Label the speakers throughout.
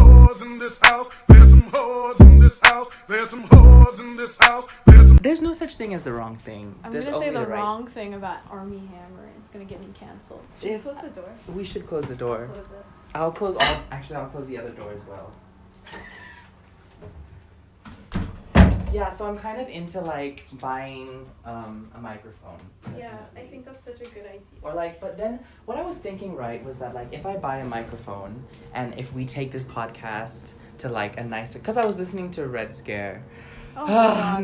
Speaker 1: whores in this house. There's some whores in this house. There's some whores in this house. There's some.
Speaker 2: There's no such thing as the wrong thing.
Speaker 3: I'm
Speaker 2: There's
Speaker 3: gonna say
Speaker 2: only
Speaker 3: the,
Speaker 2: right.
Speaker 3: wrong thing about Army Hammer. It's gonna get me canceled. Should we
Speaker 2: Yes.
Speaker 3: close the door?
Speaker 2: We should close the door.
Speaker 3: Close it.
Speaker 2: I'll close all. Actually, I'll close the other door as well. Yeah, so I'm kind of into like buying um, a microphone.
Speaker 3: Yeah, I think that's such a good idea.
Speaker 2: Or like, but then what I was thinking, right, was that like if I buy a microphone and if we take this podcast to like a nicer, because I was listening to Red Scare
Speaker 3: Oh my God.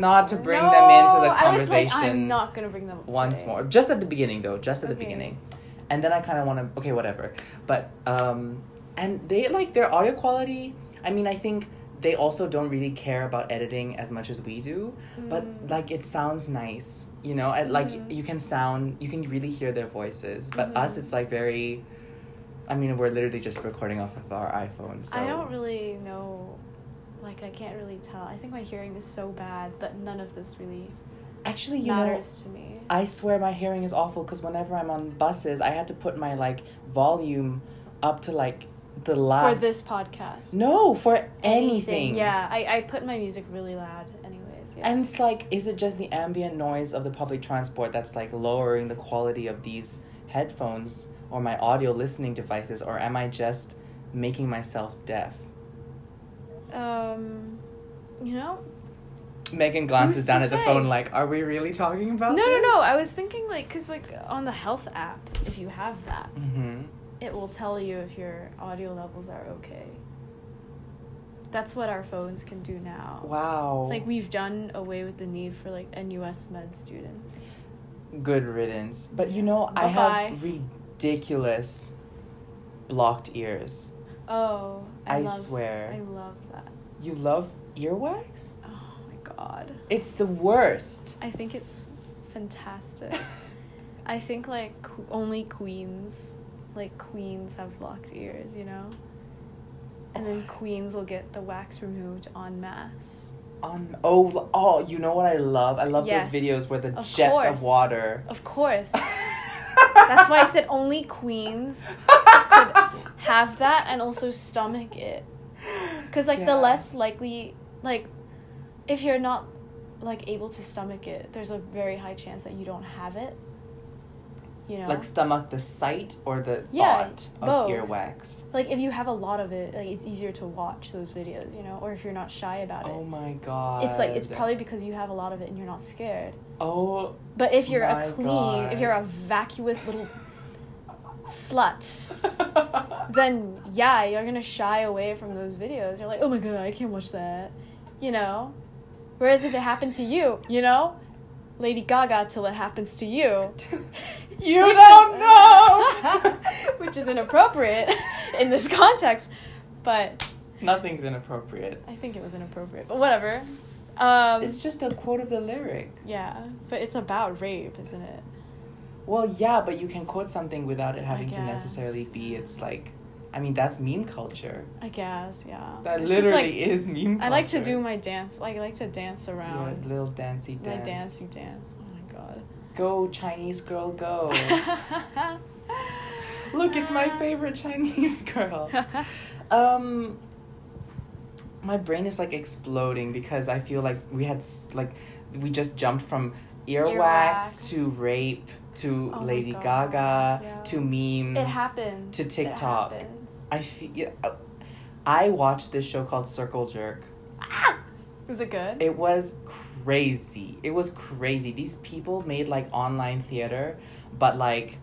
Speaker 2: Not to bring them into the
Speaker 3: No, I was like,
Speaker 2: conversation
Speaker 3: I'm not gonna bring them up
Speaker 2: once
Speaker 3: today.
Speaker 2: more, just at the beginning though, just at the
Speaker 3: Okay.
Speaker 2: beginning, and then I kind of want to, okay, whatever. But um, and they like their audio quality. I mean, I think they also don't really care about editing as much as we do but
Speaker 3: Mm.
Speaker 2: like it sounds nice you know and like
Speaker 3: Mhm.
Speaker 2: you can sound you can really hear their voices but us
Speaker 3: Mhm.
Speaker 2: it's like very i mean we're literally just recording off of our iphones so
Speaker 3: I don't really know. Like, I can't really tell. I think my hearing is so bad that none of this really
Speaker 2: actually you know
Speaker 3: matters to me.
Speaker 2: i swear my hearing is awful because whenever i'm on buses i had to put my like volume up to like the last
Speaker 3: For this podcast.
Speaker 2: no for anything
Speaker 3: Yeah, I, I put my music really loud, anyways. Yeah.
Speaker 2: And it's like, is it just the ambient noise of the public transport that's like lowering the quality of these headphones or my audio listening devices, or am I just making myself deaf?
Speaker 3: um, you know,
Speaker 2: Megan glances
Speaker 3: Who's
Speaker 2: down
Speaker 3: to
Speaker 2: at the
Speaker 3: say?
Speaker 2: phone, like, are we really talking about
Speaker 3: no, no, no. I
Speaker 2: this?
Speaker 3: was thinking like, cause like on the health app, if you have that,
Speaker 2: Mm-hmm.
Speaker 3: it will tell you if your audio levels are okay. That's what our phones can do now.
Speaker 2: Wow.
Speaker 3: It's like we've done away with the need for like NUS med students.
Speaker 2: Good riddance. But you know, I have ridiculous blocked ears.
Speaker 3: Oh, I,
Speaker 2: I
Speaker 3: love,
Speaker 2: swear.
Speaker 3: I love that.
Speaker 2: You love earwax?
Speaker 3: Oh my god.
Speaker 2: It's the worst.
Speaker 3: I think it's fantastic. I think like qu- only queens, like queens have locked ears, you know? And then queens will get the wax removed en masse.
Speaker 2: On oh oh, you know what I love? I love
Speaker 3: Yes.
Speaker 2: those videos where the
Speaker 3: Of
Speaker 2: jets
Speaker 3: course.
Speaker 2: of water.
Speaker 3: Of course.
Speaker 2: That's
Speaker 3: That's why I said only queens have that and also stomach it. Because like the less likely, like if you're not like able to stomach it, there's a very high chance that you don't have it. You know?
Speaker 2: like stomach the sight or the
Speaker 3: Yeah,
Speaker 2: thought of
Speaker 3: both.
Speaker 2: earwax.
Speaker 3: like if you have a lot of it like it's easier to watch those videos you know or if you're not shy about it
Speaker 2: Oh my god.
Speaker 3: it's like it's probably because you have a lot of it and you're not scared
Speaker 2: Oh
Speaker 3: but if you're
Speaker 2: My
Speaker 3: a clean if
Speaker 2: God.
Speaker 3: you're a vacuous little slut then yeah you're gonna shy away from those videos you're like oh my god i can't watch that you know whereas if it happened to you you know lady gaga till it happens to you
Speaker 2: You
Speaker 3: Which
Speaker 2: don't
Speaker 3: is-
Speaker 2: know
Speaker 3: which is inappropriate in this context but
Speaker 2: Nothing's inappropriate.
Speaker 3: I think it was inappropriate, but whatever. Um,
Speaker 2: It's just a quote of the lyric.
Speaker 3: yeah, but it's about rape, isn't it?
Speaker 2: Well, yeah, but you can quote something without it having to
Speaker 3: guess.
Speaker 2: necessarily be it's like I mean that's meme culture.
Speaker 3: I guess, yeah.
Speaker 2: That
Speaker 3: Um, It's just
Speaker 2: literally
Speaker 3: like,
Speaker 2: is meme culture.
Speaker 3: I like to do my dance. Like, I like to dance around.
Speaker 2: Your little dancey
Speaker 3: my
Speaker 2: dance.
Speaker 3: dancey dance. Oh
Speaker 2: Go, Chinese girl, go.
Speaker 3: my god.
Speaker 2: Look, it's my favorite Chinese girl. Um, my brain is like exploding because I feel like we had s- like we just jumped from earwax,
Speaker 3: Earwax.
Speaker 2: to rape to
Speaker 3: Oh my
Speaker 2: Lady
Speaker 3: God,
Speaker 2: Gaga
Speaker 3: yeah.
Speaker 2: to memes.
Speaker 3: It happens.
Speaker 2: To
Speaker 3: It
Speaker 2: TikTok.
Speaker 3: happens.
Speaker 2: I feel. I watched this show called Circle Jerk.
Speaker 3: Was it good?
Speaker 2: It was crazy. It was crazy. These people made like online theater, but like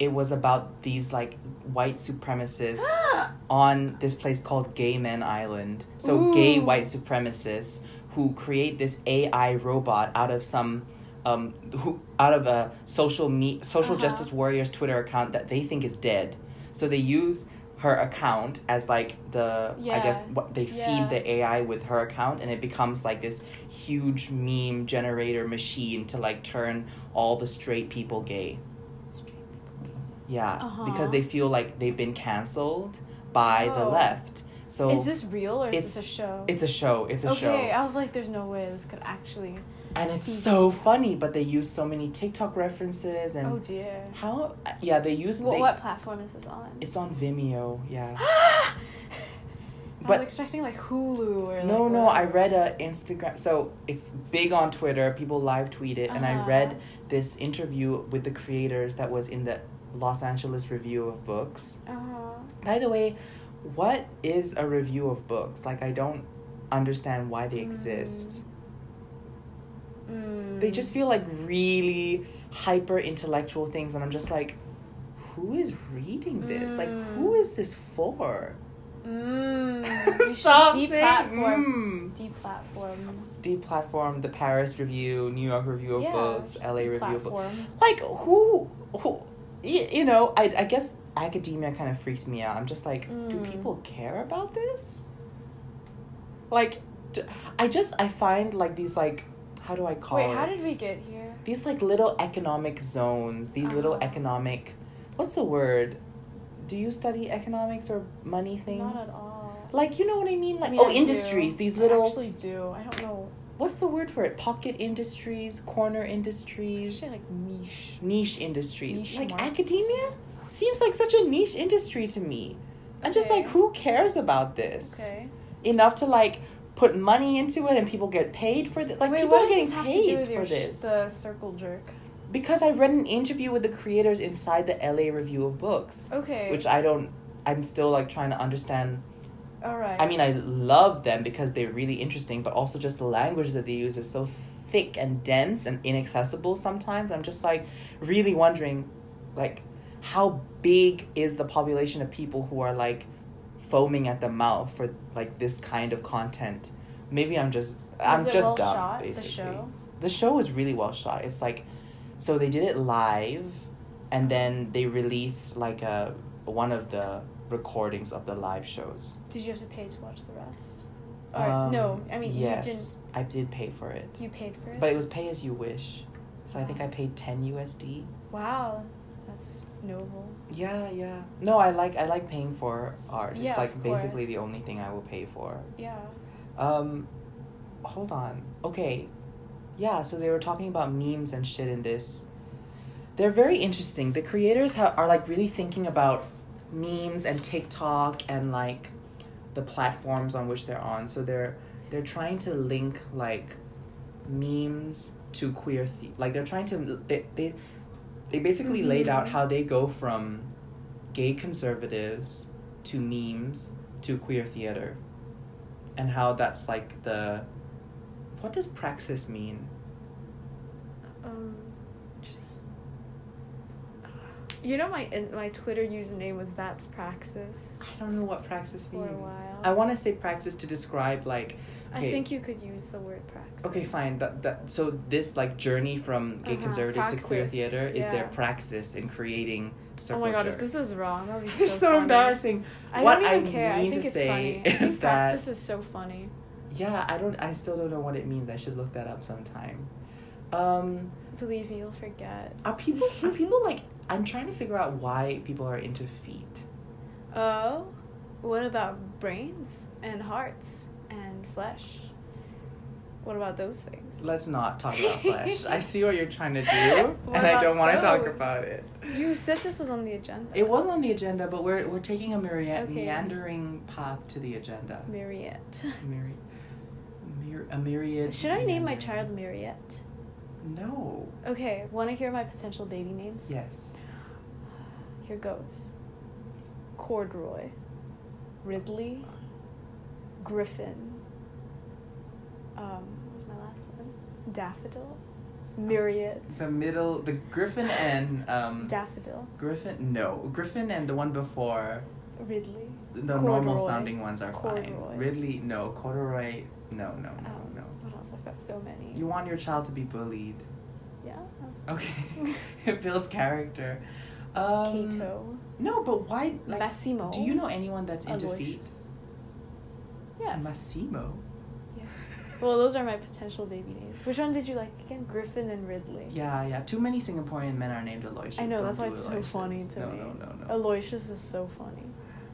Speaker 2: it was about these like white supremacists on this place called Gay Men Island. So gay
Speaker 3: Ooh.
Speaker 2: white supremacists who create this AI robot out of some um, who out of a social me- social
Speaker 3: Uh-huh.
Speaker 2: justice warriors Twitter account that they think is dead. So they use her account as like the I guess
Speaker 3: Yeah.
Speaker 2: what they
Speaker 3: Yeah.
Speaker 2: feed the AI with her account and it becomes like this huge meme generator machine to like turn all the straight people gay. Yeah, because
Speaker 3: Uh-huh.
Speaker 2: they feel like they've been canceled by the
Speaker 3: Oh.
Speaker 2: left. So
Speaker 3: is this real or is
Speaker 2: it's
Speaker 3: this a show?
Speaker 2: it's a show. It's a
Speaker 3: okay,
Speaker 2: show,
Speaker 3: I was like, there's no way this could actually.
Speaker 2: and it's so funny. But they use so many TikTok references and
Speaker 3: Oh dear.
Speaker 2: how? Yeah, they use
Speaker 3: What, Oh
Speaker 2: they,
Speaker 3: what platform is this on?
Speaker 2: It's on Vimeo. Yeah,
Speaker 3: I was
Speaker 2: But
Speaker 3: expecting like Hulu or
Speaker 2: no,
Speaker 3: like,
Speaker 2: no, I
Speaker 3: whatever.
Speaker 2: read a Instagram. So it's big on Twitter. People live tweet it, and I
Speaker 3: Uh-huh.
Speaker 2: read this interview with the creators that was in the Los Angeles Review of Books.
Speaker 3: Uh-huh.
Speaker 2: By the way, what is a review of books? Like, I don't understand why they exist.
Speaker 3: Mm.
Speaker 2: They just feel like really hyper intellectual things, and I'm just like, who is reading this? Like, who is this for?
Speaker 3: Mm.
Speaker 2: Stop
Speaker 3: deep
Speaker 2: saying
Speaker 3: platform.
Speaker 2: mm.
Speaker 3: Deplatform.
Speaker 2: deplatform the Paris Review, New York Review of
Speaker 3: Yeah,
Speaker 2: Books,
Speaker 3: just
Speaker 2: LA Review of Books.
Speaker 3: deplatform.
Speaker 2: Like who, who y- you know, I I guess academia kind of freaks me out. I'm just like, do
Speaker 3: Mm.
Speaker 2: people care about this? Like d- I just I find like these like how do I call
Speaker 3: Wait,
Speaker 2: it?
Speaker 3: how did we get here?
Speaker 2: these like little economic zones, these little
Speaker 3: Uh-huh.
Speaker 2: economic what's the word? Do you study economics or money things?
Speaker 3: Not at all.
Speaker 2: Like you know what I mean? Like
Speaker 3: I mean,
Speaker 2: oh
Speaker 3: I do.
Speaker 2: industries, these
Speaker 3: I
Speaker 2: little
Speaker 3: actually do. I don't know.
Speaker 2: what's the word for it? Pocket industries, corner
Speaker 3: It's
Speaker 2: industries,
Speaker 3: actually like niche.
Speaker 2: niche industries.
Speaker 3: Niche
Speaker 2: like
Speaker 3: market.
Speaker 2: academia seems like such a niche industry to me. I'm just
Speaker 3: Okay.
Speaker 2: like, who cares about this?
Speaker 3: Okay.
Speaker 2: Enough to like put money into it and people get paid for this. Like
Speaker 3: Wait,
Speaker 2: people
Speaker 3: what
Speaker 2: are
Speaker 3: does
Speaker 2: getting
Speaker 3: this have
Speaker 2: paid
Speaker 3: to do with
Speaker 2: for
Speaker 3: your sh-
Speaker 2: this.
Speaker 3: the circle jerk?
Speaker 2: because I read an interview with the creators inside the LA Review of Books,
Speaker 3: Okay.
Speaker 2: which I don't. I'm still like trying to understand
Speaker 3: all right.
Speaker 2: I mean, I love them because they're really interesting, but also just the language that they use is so thick and dense and inaccessible sometimes. I'm just like really wondering, like, how big is the population of people who are like foaming at the mouth for like this kind of content? Maybe I'm just, I'm
Speaker 3: Was it
Speaker 2: just
Speaker 3: well
Speaker 2: dumb.
Speaker 3: shot,
Speaker 2: basically.
Speaker 3: The show.
Speaker 2: The show is really well shot. It's like, so they did it live, and then they released like a one of the recordings of the live shows.
Speaker 3: Did you have to pay to watch the rest? Or, no, I mean
Speaker 2: Um, yes,
Speaker 3: you didn't.
Speaker 2: I did pay for it,
Speaker 3: You paid for it.
Speaker 2: but it was pay as you wish. So I think I paid ten USD.
Speaker 3: wow, that's noble.
Speaker 2: Yeah, yeah. No, I like I like paying for art.
Speaker 3: Yeah,
Speaker 2: it's like
Speaker 3: of
Speaker 2: basically the
Speaker 3: course.
Speaker 2: only thing I will pay for.
Speaker 3: Yeah.
Speaker 2: Um, hold on. Okay, yeah. So they were talking about memes and shit in this. They're very interesting. The creators ha- are like really thinking about memes and TikTok and like the platforms on which they're on. So they're they're trying to link like memes to queer the- like they're trying to they they, they basically laid out
Speaker 3: Mhm.
Speaker 2: how they go from gay conservatives to memes to queer theater and how that's like the what does praxis mean
Speaker 3: Um. just- You know my in- my Twitter username was that's praxis.
Speaker 2: I don't know what praxis
Speaker 3: For
Speaker 2: means.
Speaker 3: a while.
Speaker 2: I want to say praxis to describe like okay,
Speaker 3: I think you could use the word praxis.
Speaker 2: okay, fine. That, that so this like journey from gay
Speaker 3: Uh-huh,
Speaker 2: conservatives to queer
Speaker 3: praxis,
Speaker 2: theater is their
Speaker 3: yeah.
Speaker 2: praxis in creating
Speaker 3: Oh
Speaker 2: circle
Speaker 3: my god,
Speaker 2: jerk.
Speaker 3: if this is wrong, that would be so,
Speaker 2: This is so
Speaker 3: funny.
Speaker 2: embarrassing.
Speaker 3: I
Speaker 2: what
Speaker 3: don't even
Speaker 2: I
Speaker 3: care. I
Speaker 2: mean
Speaker 3: think
Speaker 2: to
Speaker 3: it's
Speaker 2: say
Speaker 3: funny. I
Speaker 2: is
Speaker 3: think praxis
Speaker 2: that
Speaker 3: is so funny.
Speaker 2: yeah, I don't. I still don't know what it means. I should look that up sometime. Um,
Speaker 3: Believe me, you'll forget.
Speaker 2: are people are people like? I'm trying to figure out why people are into feet.
Speaker 3: Oh, what about brains and hearts and flesh? What about those things?
Speaker 2: Let's not talk about flesh. I see what you're trying to do,
Speaker 3: What
Speaker 2: and I
Speaker 3: about
Speaker 2: don't want to talk
Speaker 3: those?
Speaker 2: about it.
Speaker 3: you said this was on the agenda.
Speaker 2: It wasn't on the agenda, but we're we're taking a myria-
Speaker 3: Okay.
Speaker 2: meandering path to the agenda.
Speaker 3: Myriad.
Speaker 2: Myri- myri- a myriad.
Speaker 3: Should I name my
Speaker 2: meandering-
Speaker 3: child Myriad?
Speaker 2: No.
Speaker 3: Okay, want to hear my potential baby names?
Speaker 2: Yes.
Speaker 3: Here goes. Corduroy. Ridley. Griffin. Um, what's my last one? Daffodil. Myriad.
Speaker 2: The middle, the Griffin and um.
Speaker 3: Daffodil.
Speaker 2: Griffin, no. Griffin and the one before
Speaker 3: Ridley.
Speaker 2: the normal
Speaker 3: Corduroy.
Speaker 2: sounding ones are
Speaker 3: Corduroy.
Speaker 2: fine. Ridley, no. Corduroy, no, no, no,
Speaker 3: Um,
Speaker 2: no.
Speaker 3: What else? I've got so many.
Speaker 2: You want your child to be bullied.
Speaker 3: yeah.
Speaker 2: Okay. it builds character. Um,
Speaker 3: Kato.
Speaker 2: No, but why? Like,
Speaker 3: Massimo.
Speaker 2: Do you know anyone that's into
Speaker 3: Aloysius.
Speaker 2: feet?
Speaker 3: Yes.
Speaker 2: Massimo.
Speaker 3: Yeah. Well, those are my potential baby names. Which one did you like again? Griffin and Ridley.
Speaker 2: Yeah, yeah. Too many Singaporean men are named Aloysius.
Speaker 3: I know,
Speaker 2: Don't
Speaker 3: that's why
Speaker 2: do
Speaker 3: it's so
Speaker 2: Aloysius.
Speaker 3: funny to
Speaker 2: no,
Speaker 3: me.
Speaker 2: No, no, no,
Speaker 3: Aloysius is so funny.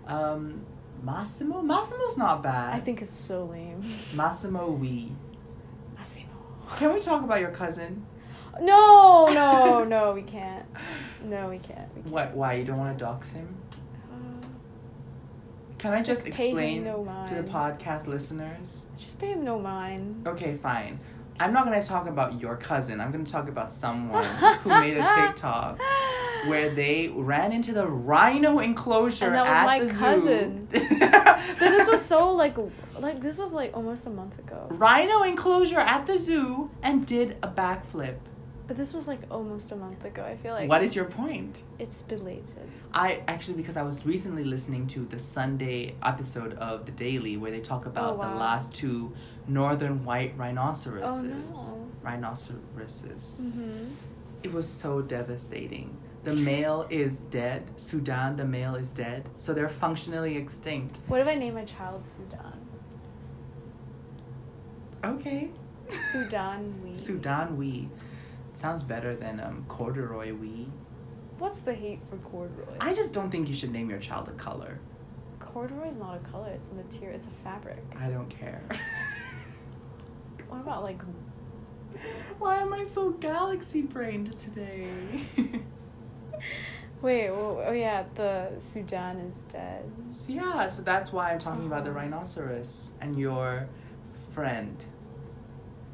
Speaker 2: Um, Massimo? Massimo's not bad.
Speaker 3: I think it's so lame.
Speaker 2: Massimo Wee.
Speaker 3: Massimo.
Speaker 2: Can we talk about your cousin?
Speaker 3: No, no, no, we can't. No, we can't. Uh, We can't.
Speaker 2: What? Why? You don't want to dox him?
Speaker 3: Uh,
Speaker 2: Can I just
Speaker 3: Like, pay him
Speaker 2: explain
Speaker 3: no mind.
Speaker 2: to the podcast listeners?
Speaker 3: Just pay him no mind.
Speaker 2: Okay, fine. I'm not going to talk about your cousin. I'm going to talk about someone who made a TikTok where they ran into the rhino enclosure
Speaker 3: And that was
Speaker 2: at
Speaker 3: my
Speaker 2: the
Speaker 3: cousin.
Speaker 2: zoo.
Speaker 3: But this was so like like this was like almost a month ago.
Speaker 2: rhino enclosure at the zoo and did a backflip.
Speaker 3: But this was like almost a month ago. I feel like
Speaker 2: what is your point?
Speaker 3: it's belated.
Speaker 2: I actually because I was recently listening to the Sunday episode of The Daily where they talk about the
Speaker 3: Oh, wow.
Speaker 2: last two northern white
Speaker 3: Oh
Speaker 2: rhinoceroses.
Speaker 3: no.
Speaker 2: Rhinoceroses.
Speaker 3: Mm-hmm.
Speaker 2: It was so devastating. The male is dead. Sudan, the male is dead. So they're functionally extinct.
Speaker 3: What if I name my child Sudan?
Speaker 2: Okay.
Speaker 3: Sudan we.
Speaker 2: Sudan wee. Sounds better than um, corduroy wee.
Speaker 3: What's the hate for corduroy?
Speaker 2: I just don't think you should name your child a color.
Speaker 3: corduroy is not a color. It's a material. It's a fabric.
Speaker 2: I don't care.
Speaker 3: What about like
Speaker 2: Why am I so galaxy brained today?
Speaker 3: wait? Oh, oh yeah, the Sudan is dead.
Speaker 2: so yeah, so that's why I'm talking about the rhinoceros and your friend.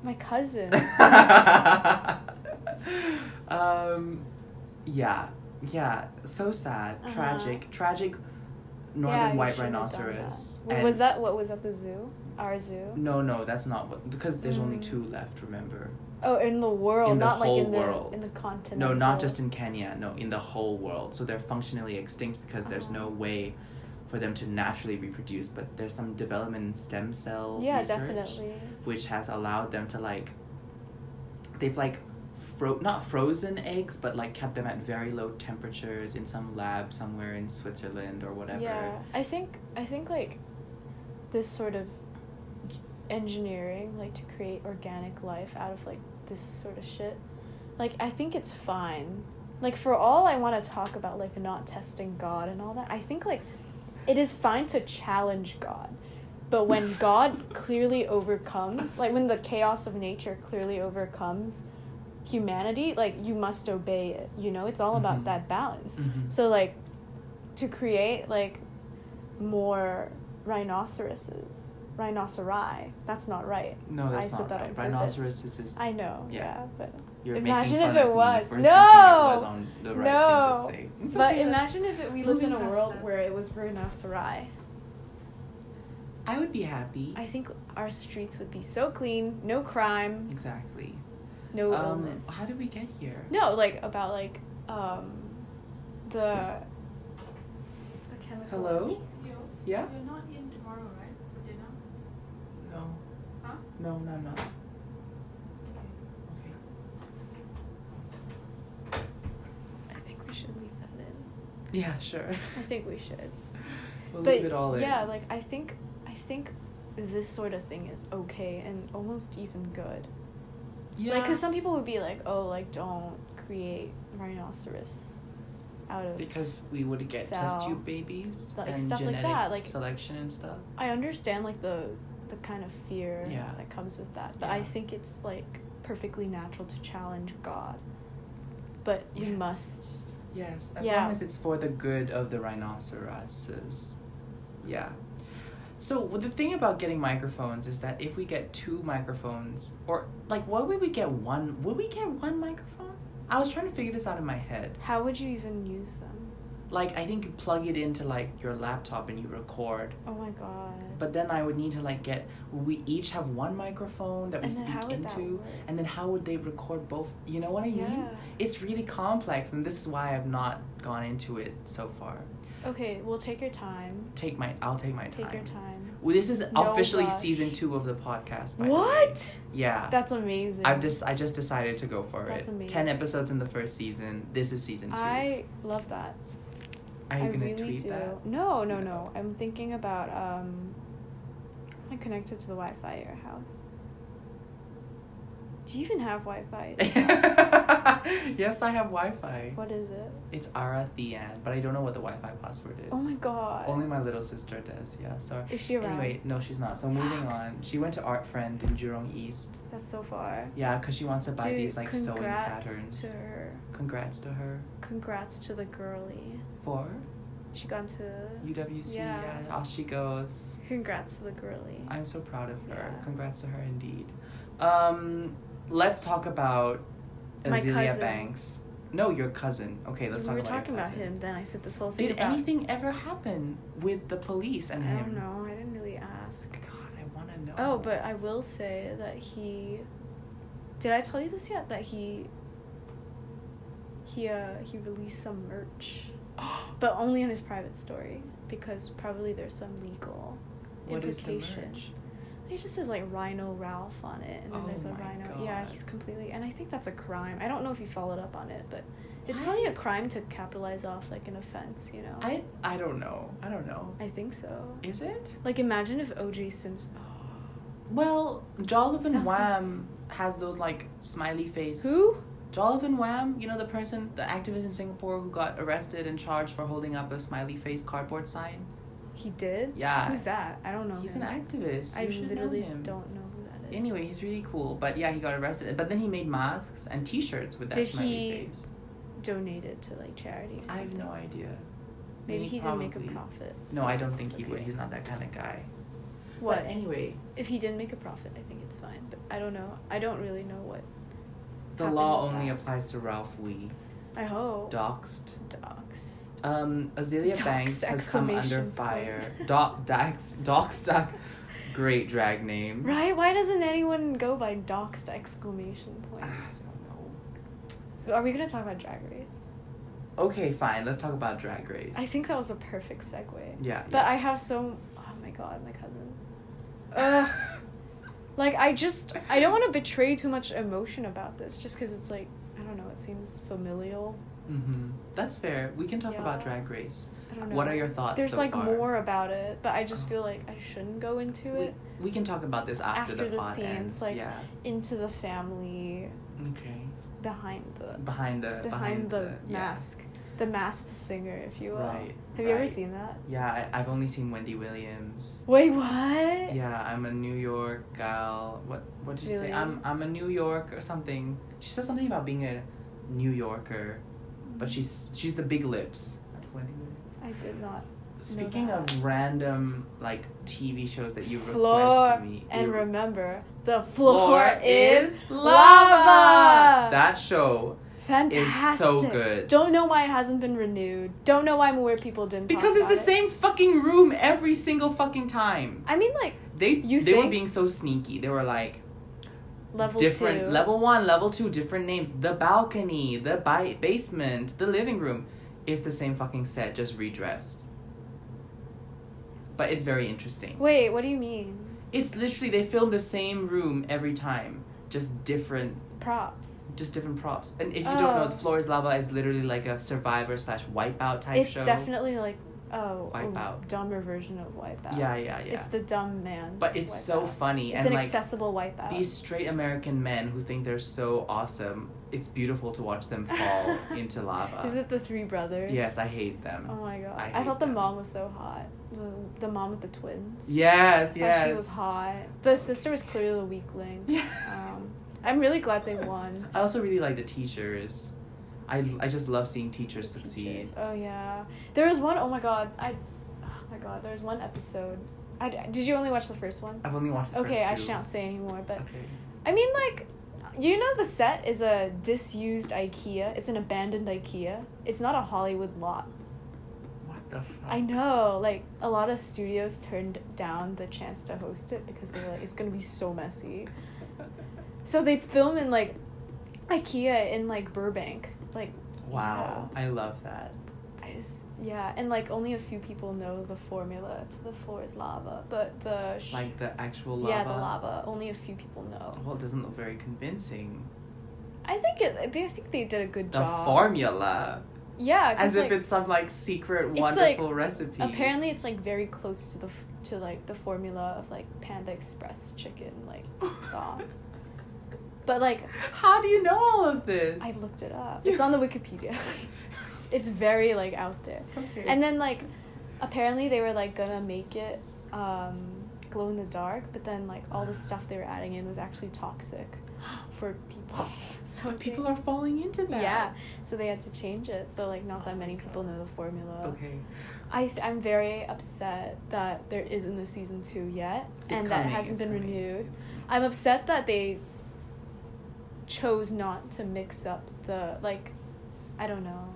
Speaker 3: My cousin.
Speaker 2: um, yeah, yeah, so sad,
Speaker 3: Uh-huh.
Speaker 2: tragic, tragic. Northern
Speaker 3: Yeah, you
Speaker 2: white
Speaker 3: shouldn't have done
Speaker 2: rhinoceros.
Speaker 3: that.
Speaker 2: and-
Speaker 3: Was that what was at the zoo? Our zoo?
Speaker 2: No, no, that's not what. Because there's only
Speaker 3: Mm.
Speaker 2: two left. Remember.
Speaker 3: Oh, in the world,
Speaker 2: In the
Speaker 3: not
Speaker 2: whole
Speaker 3: like in the
Speaker 2: world.
Speaker 3: in the continent.
Speaker 2: No, not just in Kenya. No, in the whole world. So they're functionally extinct because there's
Speaker 3: Uh-huh.
Speaker 2: no way for them to naturally reproduce. But there's some development in stem cell
Speaker 3: Yeah,
Speaker 2: research,
Speaker 3: definitely.
Speaker 2: which has allowed them to like. They've like, fro not frozen eggs, but like kept them at very low temperatures in some lab somewhere in Switzerland or whatever.
Speaker 3: Yeah, I think I think like this sort of g- engineering, like to create organic life out of like this sort of shit. Like I think it's fine. Like for all I want to talk about like not testing God and all that, I think like it is fine to challenge God. But when God clearly overcomes, like when the chaos of nature clearly overcomes humanity, like you must obey it. You know, it's all
Speaker 2: Mhm.
Speaker 3: about that balance.
Speaker 2: Mhm.
Speaker 3: So like to create like more rhinoceroses, rhinoceri. That's not right.
Speaker 2: No, that's
Speaker 3: I said
Speaker 2: not
Speaker 3: that on
Speaker 2: right.
Speaker 3: purpose.
Speaker 2: Rhinoceros is. is
Speaker 3: I know.
Speaker 2: Yeah.
Speaker 3: Yeah, but
Speaker 2: you're
Speaker 3: imagine
Speaker 2: making fun
Speaker 3: if it
Speaker 2: of me
Speaker 3: was.
Speaker 2: for
Speaker 3: No!
Speaker 2: thinking it was on the right
Speaker 3: No!
Speaker 2: thing to say. It's
Speaker 3: but
Speaker 2: okay, that's-
Speaker 3: imagine if it, we lived in
Speaker 2: moving
Speaker 3: a
Speaker 2: past
Speaker 3: world
Speaker 2: that. E.
Speaker 3: where it was rhinoceri.
Speaker 2: I would be happy.
Speaker 3: I think our streets would be so clean, no crime,
Speaker 2: Exactly.
Speaker 3: no
Speaker 2: Um,
Speaker 3: illness.
Speaker 2: How did we get here?
Speaker 3: No, like about like um the. the chemical-
Speaker 2: Hello?
Speaker 4: Yo,
Speaker 2: Yeah?
Speaker 4: you're not in tomorrow, right? For dinner?
Speaker 2: No.
Speaker 4: Huh?
Speaker 2: No, no, no. Okay.
Speaker 3: I think we should leave that in.
Speaker 2: Yeah, sure.
Speaker 3: I think we should.
Speaker 2: We'll
Speaker 3: But
Speaker 2: leave it all in.
Speaker 3: Yeah, like I think I think this sort of thing is okay and almost even good.
Speaker 2: yeah.
Speaker 3: Like, cause some people would be like, "Oh, like don't create rhinoceros out of."
Speaker 2: because we would get test
Speaker 3: So,
Speaker 2: tube babies
Speaker 3: like,
Speaker 2: and
Speaker 3: stuff like
Speaker 2: genetic
Speaker 3: that, like-
Speaker 2: selection and stuff.
Speaker 3: I understand like the the kind of fear
Speaker 2: Yeah.
Speaker 3: that comes with that, but
Speaker 2: Yeah.
Speaker 3: I think it's like perfectly natural to challenge God. But we
Speaker 2: Yes.
Speaker 3: must.
Speaker 2: Yes, as
Speaker 3: Yeah.
Speaker 2: long as it's for the good of the rhinoceroses. Yeah. So well, the thing about getting microphones is that if we get two microphones, or like, what would we get one? Would we get one microphone? I was trying to figure this out in my head.
Speaker 3: How would you even use them?
Speaker 2: Like, I think you plug it into like your laptop and you record.
Speaker 3: Oh my god.
Speaker 2: But then I would need to like get. We each have one microphone that we
Speaker 3: And then
Speaker 2: speak
Speaker 3: how would that
Speaker 2: into,
Speaker 3: work?
Speaker 2: and then how would they record both? You know what I mean?
Speaker 3: Yeah.
Speaker 2: It's really complex, and this is why I've not gone into it so far.
Speaker 3: Okay, well take your time.
Speaker 2: Take my, I'll take my time.
Speaker 3: Take your time.
Speaker 2: Well, this is
Speaker 3: No
Speaker 2: officially
Speaker 3: rush.
Speaker 2: season two of the podcast. by the way.
Speaker 3: What?
Speaker 2: Yeah.
Speaker 3: That's amazing.
Speaker 2: I've just, I just decided to go for
Speaker 3: That's
Speaker 2: it.
Speaker 3: amazing.
Speaker 2: Ten episodes in the first season. This is season two.
Speaker 3: I love that.
Speaker 2: Are you
Speaker 3: I
Speaker 2: gonna
Speaker 3: really
Speaker 2: tweet
Speaker 3: do.
Speaker 2: that?
Speaker 3: No, no,
Speaker 2: No.
Speaker 3: no, I'm thinking about um I connected to the Wi Fi at your house. Do you even have Wi Fi?
Speaker 2: yes, I have Wi-Fi.
Speaker 3: what is it?
Speaker 2: It's Ara Thean, but I don't know what the Wi-Fi password is.
Speaker 3: Oh my god.
Speaker 2: Only my little sister does. Yeah, sorry.
Speaker 3: Is she around?
Speaker 2: Anyway, no, she's not. So moving
Speaker 3: Fuck.
Speaker 2: on. She went to Art Friend in Jurong East.
Speaker 3: That's so far.
Speaker 2: Yeah, because she wants to buy
Speaker 3: Dude,
Speaker 2: these like sewing
Speaker 3: congrats
Speaker 2: patterns.
Speaker 3: To her.
Speaker 2: Congrats to her
Speaker 3: Congrats to the girly.
Speaker 2: for
Speaker 3: She gone to.
Speaker 2: UWC,
Speaker 3: Yeah.
Speaker 2: yeah. off she goes.
Speaker 3: Congrats to the girly.
Speaker 2: I'm so proud of her.
Speaker 3: Yeah.
Speaker 2: Congrats to her indeed. Um, let's talk about
Speaker 3: My
Speaker 2: Azealia
Speaker 3: cousin.
Speaker 2: Banks. No, your cousin. Okay, let's
Speaker 3: we
Speaker 2: talk
Speaker 3: were
Speaker 2: about
Speaker 3: talking
Speaker 2: your
Speaker 3: about
Speaker 2: cousin.
Speaker 3: him. Then I said this whole thing
Speaker 2: Did
Speaker 3: about.
Speaker 2: anything ever happen with the police and
Speaker 3: I
Speaker 2: him?
Speaker 3: don't know. I didn't really ask.
Speaker 2: God, I want to know.
Speaker 3: Oh, but I will say that he. Did I tell you this yet? That he. He uh he released some merch, but only on his private story because probably there's some legal
Speaker 2: what is the
Speaker 3: implication.
Speaker 2: merch?
Speaker 3: It just says like Rhino Ralph on it, and then
Speaker 2: Oh
Speaker 3: there's a
Speaker 2: my
Speaker 3: Rhino. Yeah,
Speaker 2: God.
Speaker 3: he's completely, and I think that's a crime. I don't know if he followed up on it, but it's probably a crime to capitalize off like an offense, you know.
Speaker 2: I I don't know. I don't know.
Speaker 3: I think so.
Speaker 2: Is Oh. it?
Speaker 3: Like imagine if O.J. Simpson.
Speaker 2: Well, Jollivan
Speaker 3: That's the-
Speaker 2: Wham has those like smiley face.
Speaker 3: Who?
Speaker 2: Jollivan Wham, you know the person, the activist in Singapore who got arrested and charged for holding up a smiley face cardboard sign.
Speaker 3: He did.
Speaker 2: Yeah.
Speaker 3: Who's that? I don't know.
Speaker 2: He's
Speaker 3: him.
Speaker 2: an activist.
Speaker 3: I
Speaker 2: You should know
Speaker 3: literally
Speaker 2: him.
Speaker 3: don't know who that is.
Speaker 2: Anyway, he's really cool, but yeah, he got arrested. But then he made masks and T-shirts with that
Speaker 3: Did
Speaker 2: smiley
Speaker 3: he-
Speaker 2: face.
Speaker 3: donated to like charity. Or
Speaker 2: I have
Speaker 3: something.
Speaker 2: no idea.
Speaker 3: Maybe
Speaker 2: He
Speaker 3: he's a make a
Speaker 2: probably-
Speaker 3: profit.
Speaker 2: No,
Speaker 3: so
Speaker 2: I don't
Speaker 3: it's
Speaker 2: think he
Speaker 3: okay.
Speaker 2: would. He's not that kind of guy.
Speaker 3: What
Speaker 2: But anyway,
Speaker 3: if he didn't make a profit? I think it's fine, but I don't know. I don't really know what.
Speaker 2: the
Speaker 3: Happened
Speaker 2: law
Speaker 3: with
Speaker 2: only
Speaker 3: that. Oh.
Speaker 2: applies to Ralph Wee,
Speaker 3: I hope.
Speaker 2: doxed.
Speaker 3: Doxed.
Speaker 2: Um, Azealia
Speaker 3: Doxed,
Speaker 2: Banks has come under
Speaker 3: exclamation
Speaker 2: fire.
Speaker 3: point.
Speaker 2: Doc, Dax, Doxed. Great drag name.
Speaker 3: Right? Why doesn't anyone go by doxed exclamation
Speaker 2: Ah, I
Speaker 3: point?
Speaker 2: don't know.
Speaker 3: Are we gonna talk about Drag Race?
Speaker 2: Okay, fine. Let's talk about Drag Race.
Speaker 3: I think that was a perfect segue.
Speaker 2: Yeah.
Speaker 3: But I have so. Oh my god, my cousin. Ugh. Like I just I don't want to betray too much emotion about this, just because it's like I don't know. It seems familial.
Speaker 2: hmm That's fair. We can talk about
Speaker 3: Yeah.
Speaker 2: Drag Race.
Speaker 3: I don't know.
Speaker 2: What are your thoughts?
Speaker 3: There's
Speaker 2: so
Speaker 3: like
Speaker 2: far?
Speaker 3: more about it, but I just
Speaker 2: Oh.
Speaker 3: feel like I shouldn't go into
Speaker 2: We,
Speaker 3: it.
Speaker 2: we can talk about this after,
Speaker 3: After the
Speaker 2: pod
Speaker 3: scenes,
Speaker 2: ends.
Speaker 3: like-
Speaker 2: yeah.
Speaker 3: Into the family
Speaker 2: Okay.
Speaker 3: behind the
Speaker 2: Behind the
Speaker 3: behind, the,
Speaker 2: yeah.
Speaker 3: mask, the masked singer, if you will.
Speaker 2: Right.
Speaker 3: Have you ever
Speaker 2: right.
Speaker 3: seen that?
Speaker 2: Yeah, I, I've only seen Wendy Williams.
Speaker 3: Wait, what?
Speaker 2: Yeah, I'm a New York gal. What what did you
Speaker 3: Really?
Speaker 2: say? I'm I'm a New York or something. She said something about being a New Yorker,
Speaker 3: Mm-hmm.
Speaker 2: but she's she's the big lips. That's Wendy Williams.
Speaker 3: I did not.
Speaker 2: Speaking
Speaker 3: that.
Speaker 2: of random like TV shows that you
Speaker 3: Floor
Speaker 2: requested me,
Speaker 3: and
Speaker 2: you-
Speaker 3: remember, the floor,
Speaker 2: Floor
Speaker 3: is
Speaker 2: is
Speaker 3: lava.
Speaker 2: that show
Speaker 3: Fantastic.
Speaker 2: good.
Speaker 3: Don't know why it hasn't been renewed. Don't know why more people didn't. talk
Speaker 2: because it's
Speaker 3: about
Speaker 2: the
Speaker 3: it.
Speaker 2: same fucking room every single fucking time.
Speaker 3: I mean, like
Speaker 2: They
Speaker 3: You
Speaker 2: they were
Speaker 3: think-
Speaker 2: being so sneaky. They were like
Speaker 3: level
Speaker 2: different
Speaker 3: two.
Speaker 2: level one, level two, different names. The balcony, the bi- basement, the living room. It's the same fucking set, just redressed. But it's very interesting.
Speaker 3: Wait, what do you mean?
Speaker 2: It's literally they film the same room every time, just different,
Speaker 3: Props.
Speaker 2: just different props. And if you don't know,
Speaker 3: Oh.
Speaker 2: the floor is lava is literally like a survivor slash wipeout type
Speaker 3: It's
Speaker 2: show.
Speaker 3: definitely like oh,
Speaker 2: Wipeout.
Speaker 3: a dumber version of wipeout.
Speaker 2: yeah, yeah, yeah.
Speaker 3: It's the dumb man.
Speaker 2: but it's so funny
Speaker 3: It's
Speaker 2: and
Speaker 3: an
Speaker 2: like
Speaker 3: accessible wipeout.
Speaker 2: these straight American men who think they're so awesome. It's beautiful to watch them fall into lava.
Speaker 3: Is it the three brothers?
Speaker 2: Yes, I hate
Speaker 3: Oh
Speaker 2: them.
Speaker 3: my god.
Speaker 2: I
Speaker 3: I,
Speaker 2: hate
Speaker 3: thought the
Speaker 2: them.
Speaker 3: mom was so hot. The, the mom with the twins.
Speaker 2: Yes,
Speaker 3: How
Speaker 2: yes.
Speaker 3: She was hot. The sister was clearly the weak link.
Speaker 2: Yeah.
Speaker 3: Um, I'm really glad they won.
Speaker 2: I also really like the teachers. I, I just love seeing teachers succeed.
Speaker 3: Teachers. Oh yeah. There was one. Oh my god. I. Oh my god. There was one episode. I did you only watch the first one?
Speaker 2: I've only watched Uh, the
Speaker 3: Okay, I
Speaker 2: first two.
Speaker 3: shan't say anymore. But
Speaker 2: Okay.
Speaker 3: I mean, like, you know, the set is a disused IKEA. It's an abandoned IKEA. It's not a Hollywood lot.
Speaker 2: What the fuck?
Speaker 3: I know, like a lot of studios turned down the chance to host it because they were like, it's gonna be so messy. So they film in like IKEA in like Burbank, like
Speaker 2: Wow,
Speaker 3: Yeah.
Speaker 2: I love that.
Speaker 3: I just, yeah, and like only a few people know the formula to the floor is lava, but the sh-
Speaker 2: Like the actual lava.
Speaker 3: yeah the lava only a few people know.
Speaker 2: Well, it doesn't look very convincing.
Speaker 3: I think it. They I think they did a good
Speaker 2: The
Speaker 3: job.
Speaker 2: formula,
Speaker 3: Yeah, 'cause,
Speaker 2: as if
Speaker 3: like,
Speaker 2: it's some like secret
Speaker 3: It's, like,
Speaker 2: wonderful recipe.
Speaker 3: Apparently, it's like very close to the f- to like the formula of like Panda Express chicken like sauce. But like,
Speaker 2: How do you know all of this?
Speaker 3: I looked it up. It's on the Wikipedia. it's very like out there.
Speaker 2: Okay.
Speaker 3: And then like, apparently they were like gonna make it um, glow in the dark, but then like all the stuff they were adding in was actually toxic for people. so
Speaker 2: But people
Speaker 3: they-
Speaker 2: are falling into that.
Speaker 3: Yeah, so they had to change it. So like, not that many people know the formula.
Speaker 2: Okay.
Speaker 3: I th- I'm very upset that there isn't a season two yet,
Speaker 2: It's
Speaker 3: and that
Speaker 2: coming,
Speaker 3: hasn't
Speaker 2: it's
Speaker 3: been
Speaker 2: coming.
Speaker 3: renewed. I'm upset that they chose not to mix up the like, I don't know.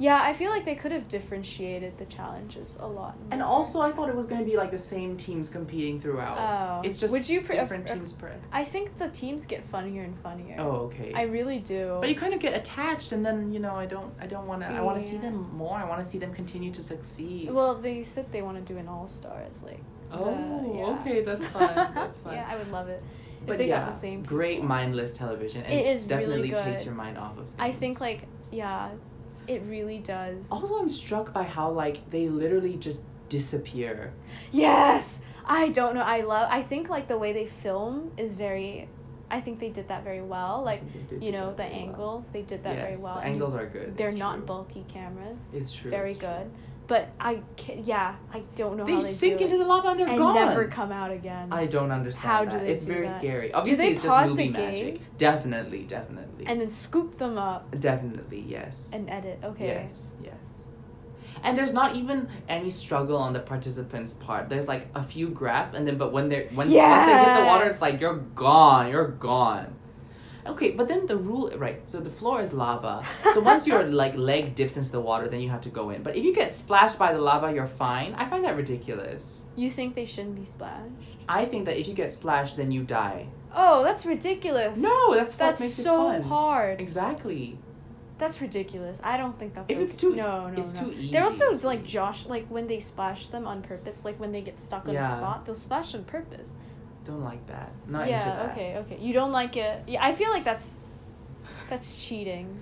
Speaker 3: Yeah, I feel like they could have differentiated the challenges a lot.
Speaker 2: And
Speaker 3: more.
Speaker 2: also, I thought it was going to be like the same teams competing throughout.
Speaker 3: Oh.
Speaker 2: It's just
Speaker 3: Would you pre-
Speaker 2: different
Speaker 3: uh,
Speaker 2: teams per.
Speaker 3: I think the teams get funnier and funnier.
Speaker 2: Oh, okay.
Speaker 3: I really do.
Speaker 2: but you kind of get attached, and then you know, I don't, I don't want to. I want to see
Speaker 3: Yeah.
Speaker 2: them more. I want to see them continue to succeed.
Speaker 3: well, they said they want to do an all stars like.
Speaker 2: oh,
Speaker 3: the- yeah.
Speaker 2: okay, that's fine. That's fine.
Speaker 3: yeah, I would love it.
Speaker 2: but
Speaker 3: they
Speaker 2: yeah,
Speaker 3: got the same
Speaker 2: great
Speaker 3: people.
Speaker 2: mindless television. And
Speaker 3: It is really
Speaker 2: definitely
Speaker 3: good.
Speaker 2: takes your mind off of. Things.
Speaker 3: I think like yeah, it really does.
Speaker 2: Also, I'm struck by how like they literally just disappear.
Speaker 3: Yes, I don't know. I love. I think like the way they film is very. I think they did that very well. Like you know the angles, they did that
Speaker 2: Yes,
Speaker 3: very well.
Speaker 2: The
Speaker 3: and
Speaker 2: angles are good.
Speaker 3: They're
Speaker 2: it's
Speaker 3: not
Speaker 2: true.
Speaker 3: bulky cameras.
Speaker 2: It's true.
Speaker 3: very
Speaker 2: it's true.
Speaker 3: good. But I can yeah, I don't know
Speaker 2: They
Speaker 3: how they
Speaker 2: sink
Speaker 3: do
Speaker 2: into
Speaker 3: it.
Speaker 2: the lava and they're
Speaker 3: and
Speaker 2: gone.
Speaker 3: never come out again.
Speaker 2: I don't understand.
Speaker 3: How do
Speaker 2: that.
Speaker 3: they
Speaker 2: It's
Speaker 3: do
Speaker 2: very
Speaker 3: that?
Speaker 2: scary. Obviously,
Speaker 3: they
Speaker 2: it's
Speaker 3: pause
Speaker 2: just
Speaker 3: the
Speaker 2: movie
Speaker 3: game?
Speaker 2: magic. Definitely, definitely,
Speaker 3: and then scoop them up
Speaker 2: definitely, yes.
Speaker 3: and edit. Okay.
Speaker 2: Yes, yes. And there's not even any struggle on the participants' part. There's like a few grasps, and then but when they're when once they hit the water, it's like you're gone, you're gone. Okay, but then the rule right. So the floor is lava. So once your like leg dips into the water, then you have to go in. But if you get splashed by the lava, you're fine. I find that ridiculous.
Speaker 3: You think they shouldn't be splashed?
Speaker 2: I think that if you get splashed, then you die.
Speaker 3: Oh, that's ridiculous.
Speaker 2: No, that's what
Speaker 3: That's
Speaker 2: makes
Speaker 3: so
Speaker 2: it fun.
Speaker 3: hard.
Speaker 2: Exactly.
Speaker 3: That's ridiculous. I don't think that's
Speaker 2: If it's
Speaker 3: okay.
Speaker 2: too- e-,
Speaker 3: no, no,
Speaker 2: it's
Speaker 3: no.
Speaker 2: too easy,
Speaker 3: They're also
Speaker 2: it's too
Speaker 3: like
Speaker 2: easy.
Speaker 3: Josh, like when they splash them on purpose, like when they get stuck on
Speaker 2: Yeah.
Speaker 3: a spot, they'll splash on purpose.
Speaker 2: Don't like that. Not
Speaker 3: yeah.
Speaker 2: into that.
Speaker 3: Okay. Okay. You don't like it. Yeah. I feel like that's that's cheating.